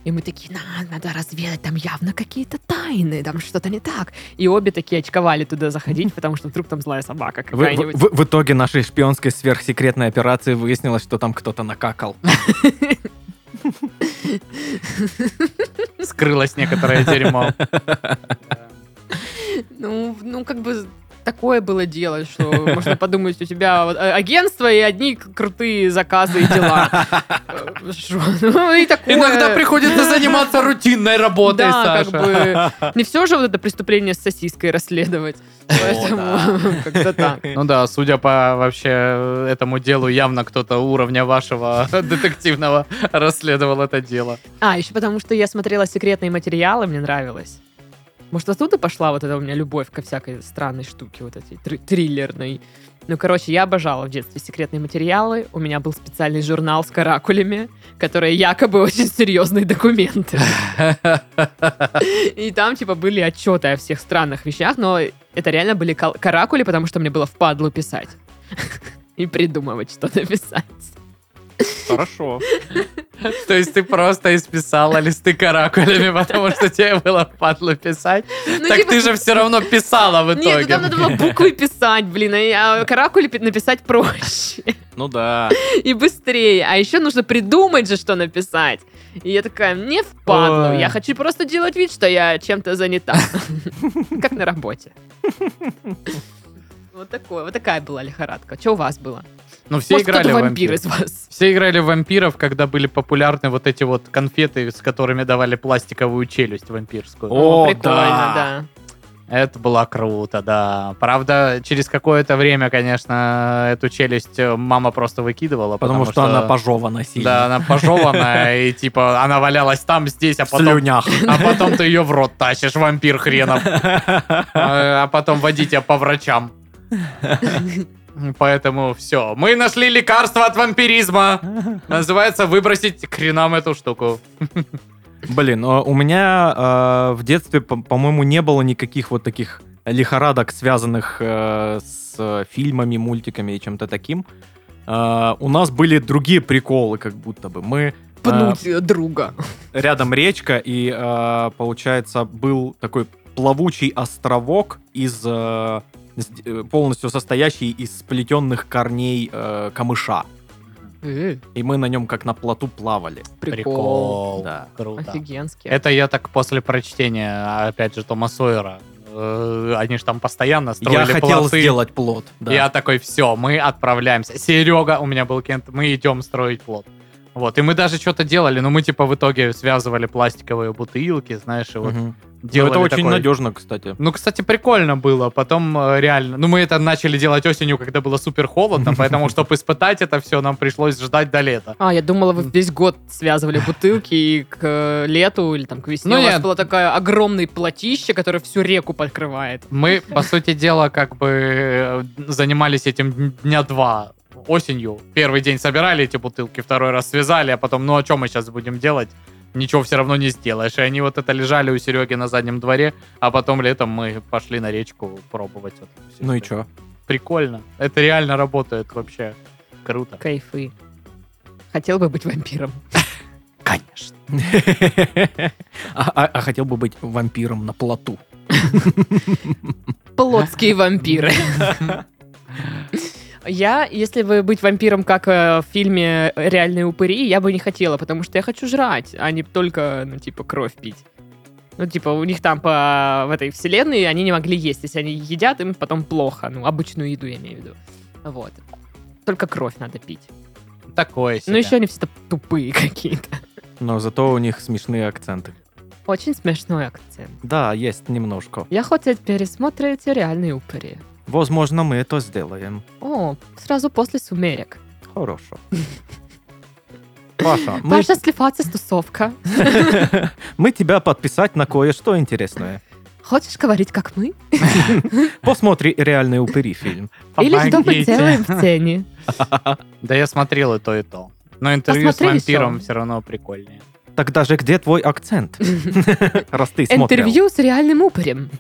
Speaker 1: И мы такие, «На, надо разведать, там явно какие-то тайны, там что-то не так. И обе такие очковали туда заходить, потому что вдруг там злая собака
Speaker 2: В,
Speaker 1: какая-нибудь.
Speaker 2: в- в итоге нашей шпионской сверхсекретной операции выяснилось, что там кто-то накакал.
Speaker 3: Скрылось некоторое дерьмо.
Speaker 1: Ну, в- ну, как бы такое было дело, что можно подумать, у тебя вот, а- агентство и одни к- крутые заказы и
Speaker 3: (laughs)
Speaker 1: дела. Э, шо? Ну, и такое.
Speaker 3: Иногда приходится заниматься рутинной работой,
Speaker 1: Да,
Speaker 3: Саша.
Speaker 1: как
Speaker 3: (laughs)
Speaker 1: бы не все же вот это преступление с сосиской расследовать. Поэтому (laughs) как-то
Speaker 2: (laughs)
Speaker 1: так.
Speaker 3: Ну да, судя по вообще э, этому делу, явно кто-то уровня вашего (laughs) детективного расследовал это дело.
Speaker 1: А, еще потому что я смотрела секретные материалы, мне нравилось. Может, оттуда пошла вот эта у меня любовь ко всякой странной штуке, вот этой тр- триллерной. Ну, короче, я обожала в детстве секретные материалы. У меня был специальный журнал с каракулями, которые якобы очень серьезные документы. И там, типа, были отчеты о всех странных вещах, но это реально были кал- каракули, потому что мне было впадлу писать. (laughs) и придумывать, что написать.
Speaker 2: Хорошо.
Speaker 3: То есть ты просто исписала листы каракулями, потому что тебе было падло писать.
Speaker 1: Ну,
Speaker 3: так
Speaker 1: типа,
Speaker 3: ты же все равно писала в
Speaker 1: Нет, ну
Speaker 3: итоге.
Speaker 1: там надо было буквы писать, блин, а а каракули пи- написать проще (laughs)
Speaker 2: Ну да.
Speaker 1: и быстрее. А еще нужно придумать же, что написать. И я такая, мне впадло,
Speaker 3: Ой.
Speaker 1: я хочу просто делать вид, что я чем-то занята. (laughs) Как на работе. Вот такое, вот такая была лихорадка. Что у вас было?
Speaker 3: Ну все
Speaker 1: Может,
Speaker 3: играли
Speaker 1: кто-то
Speaker 3: в
Speaker 1: вампир
Speaker 3: вампиров.
Speaker 1: из вас.
Speaker 3: Все играли в вампиров, когда были популярны вот эти вот конфеты, с которыми давали пластиковую челюсть вампирскую.
Speaker 2: О, да.
Speaker 1: Прикольно, да.
Speaker 3: Это было круто, да. Правда, через какое-то время, конечно, эту челюсть э, мама просто выкидывала.
Speaker 2: Потому что она пожевана
Speaker 3: Да,
Speaker 2: сильно.
Speaker 3: она
Speaker 2: (laughs)
Speaker 3: пожеванная, и типа она валялась там, здесь, а
Speaker 2: В
Speaker 3: потом...
Speaker 2: слюнях.
Speaker 3: А потом ты ее в рот тащишь,
Speaker 2: (laughs)
Speaker 3: вампир хренов. А а потом води тебя по врачам. Поэтому все. Мы нашли лекарство от вампиризма. Называется выбросить к хренам эту штуку.
Speaker 2: Блин, э, у меня э, в детстве, по- по-моему, не было никаких вот таких лихорадок, связанных э, с э, фильмами, мультиками и чем-то таким. Э, У нас были другие приколы, как будто бы. Мы э,
Speaker 3: А.
Speaker 1: Пнуть э, друга.
Speaker 2: рядом речка, и, э, получается, был такой плавучий островок из э, с- э, полностью состоящий из сплетенных корней э, камыша.
Speaker 1: Э,
Speaker 2: И мы на нем как на плоту плавали.
Speaker 1: Прикол.
Speaker 2: Да.
Speaker 3: Круто.
Speaker 1: Офигенский.
Speaker 3: Это я так после прочтения, опять же, Тома Сойера. Э, Они же там постоянно строили
Speaker 2: Я хотел
Speaker 3: плоты.
Speaker 2: сделать плод. да.
Speaker 3: Я такой, все, мы отправляемся. Серега, у меня был Кент, мы идем строить плод. Вот, и мы даже что-то делали, но мы типа в итоге связывали пластиковые бутылки, знаешь, и вот
Speaker 2: Мгм. Ну,
Speaker 3: делали
Speaker 2: это очень
Speaker 3: такой-
Speaker 2: надежно, кстати.
Speaker 3: Ну, кстати, прикольно было. Потом э, реально. Ну, мы это начали делать осенью, когда было супер
Speaker 2: (laughs)
Speaker 3: холодно, поэтому, чтобы испытать это все, нам пришлось ждать до лета.
Speaker 1: А, я думала, вы весь год связывали бутылки, и к э, лету или там к весне
Speaker 3: Ну,
Speaker 1: у вас
Speaker 3: нет.
Speaker 1: было такое огромное платище, которое всю реку покрывает.
Speaker 3: Мы, по сути дела, как бы э, занимались этим дн- дня два осенью. Первый день собирали эти бутылки, второй раз связали, а потом, ну, а что мы сейчас будем делать? Ничего все равно не сделаешь. И они вот это лежали у Сереги на заднем дворе, а потом летом мы пошли на речку пробовать. вот это всё.
Speaker 2: Ну и чё?
Speaker 3: Прикольно. Это реально работает вообще. Круто.
Speaker 1: Кайфы. Хотел бы быть вампиром.
Speaker 3: Конечно.
Speaker 2: (laughs) А а- а хотел бы быть вампиром на плоту.
Speaker 1: Плотские вампиры. Я, если бы быть вампиром, как э, в фильме «Реальные упыри», я бы не хотела, потому что я хочу жрать, а не только, ну, типа, кровь пить. Ну, типа, у них там по в этой вселенной они не могли есть. Если они едят, им потом плохо. Ну, обычную еду я имею в виду. Вот. Только кровь надо пить.
Speaker 3: Такое себе.
Speaker 1: Ну, еще они все тупые (laughs) какие-то.
Speaker 2: Но зато у них смешные акценты.
Speaker 1: Очень смешной акцент.
Speaker 2: Да, есть немножко.
Speaker 1: Я хотел пересмотреть «Реальные упыри».
Speaker 2: Возможно, мы это сделаем.
Speaker 1: О, сразу после сумерек.
Speaker 2: Хорошо. Паша, мы,
Speaker 1: Паша сливаться с тусовка.
Speaker 2: (laughs) мы тебя подписать на кое-что интересное.
Speaker 1: Хочешь говорить, как мы?
Speaker 2: Посмотри «Реальные упыри» фильм.
Speaker 1: Или что мы
Speaker 3: Помогите.
Speaker 1: делаем в тени?
Speaker 3: Да я смотрел и то, и то. Но интервью
Speaker 1: Посмотрели
Speaker 3: с вампиром
Speaker 1: всё.
Speaker 3: все равно прикольнее.
Speaker 2: Так даже где твой акцент? (laughs) Раз ты смотрел.
Speaker 1: Интервью с реальным
Speaker 2: (laughs)
Speaker 1: упырем.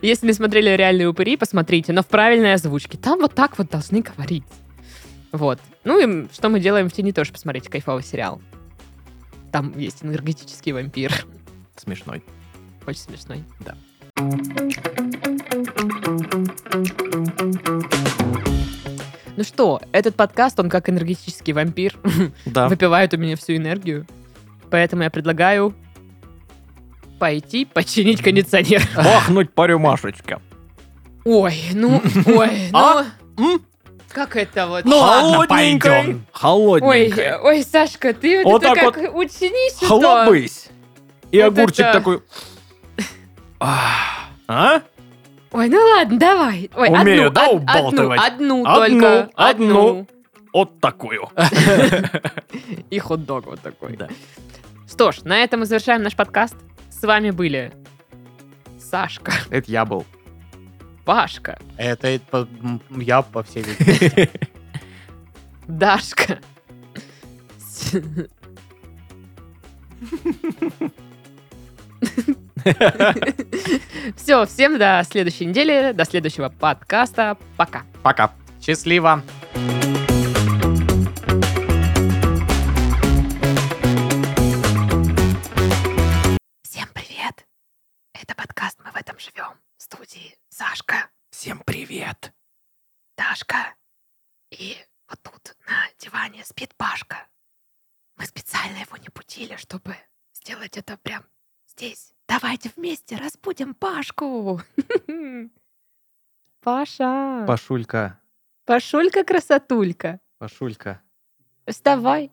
Speaker 1: Если не смотрели «Реальные упыри», посмотрите, но в правильной озвучке. Там вот так вот должны говорить. Вот. Ну и что мы делаем в тени, тоже посмотрите кайфовый сериал. Там есть энергетический вампир. (laughs)
Speaker 2: Смешной.
Speaker 1: Очень смешной.
Speaker 2: Да.
Speaker 1: Ну что, этот подкаст, он как энергетический вампир.
Speaker 2: Да.
Speaker 1: Выпивает у меня всю энергию. Поэтому я предлагаю пойти починить кондиционер.
Speaker 2: А. Бахнуть по рюмашечке.
Speaker 1: Ой,
Speaker 2: (laughs)
Speaker 1: ну, ой,
Speaker 2: А?
Speaker 1: ну,
Speaker 2: М?
Speaker 1: как это вот?
Speaker 3: Ну ладно,
Speaker 2: Холодненькой.
Speaker 3: пойдем.
Speaker 1: Ой,
Speaker 2: Холодненькой.
Speaker 1: ой, Сашка, ты
Speaker 2: Вот
Speaker 1: вот это
Speaker 2: так
Speaker 1: как учини сюда.
Speaker 2: Хлобысь. И
Speaker 1: Вот
Speaker 2: огурчик
Speaker 1: это-
Speaker 2: такой... Ах. А?
Speaker 1: Ой, ну ладно, давай. Ой,
Speaker 2: Умею,
Speaker 1: одну,
Speaker 2: да,
Speaker 1: од- одну,
Speaker 2: убалтывать?
Speaker 1: одну
Speaker 2: Одну,
Speaker 1: только.
Speaker 2: одну. Вот такую.
Speaker 1: И хот-дог вот такой.
Speaker 2: (laughs) Да.
Speaker 1: Что ж, на этом мы завершаем наш подкаст. С вами были Сашка,
Speaker 2: Это я был.
Speaker 1: Пашка,
Speaker 3: Это и по- м, я, по всей видимости.
Speaker 1: Дашка. С- Все, всем до следующей недели, до следующего подкаста. Пока.
Speaker 3: Пока. Счастливо.
Speaker 1: Всем привет. Это подкаст «Мы в этом живем» в студии Сашка,
Speaker 2: Всем привет.
Speaker 1: Дашка и вот тут на диване спит Пашка. Мы специально его не будили, чтобы сделать это прям здесь. Давайте вместе разбудим Пашку. (laughs) Паша.
Speaker 2: Пашулька,
Speaker 1: Пашулька-красотулька.
Speaker 2: Пашулька.
Speaker 1: Вставай.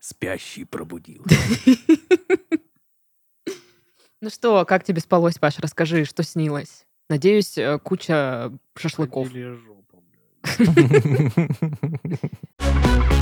Speaker 2: Спящий пробудил.
Speaker 1: Ну что, как тебе спалось, Паш? Расскажи, что снилось? Надеюсь, э, куча шашлыков.
Speaker 5: Или жопа, блядь.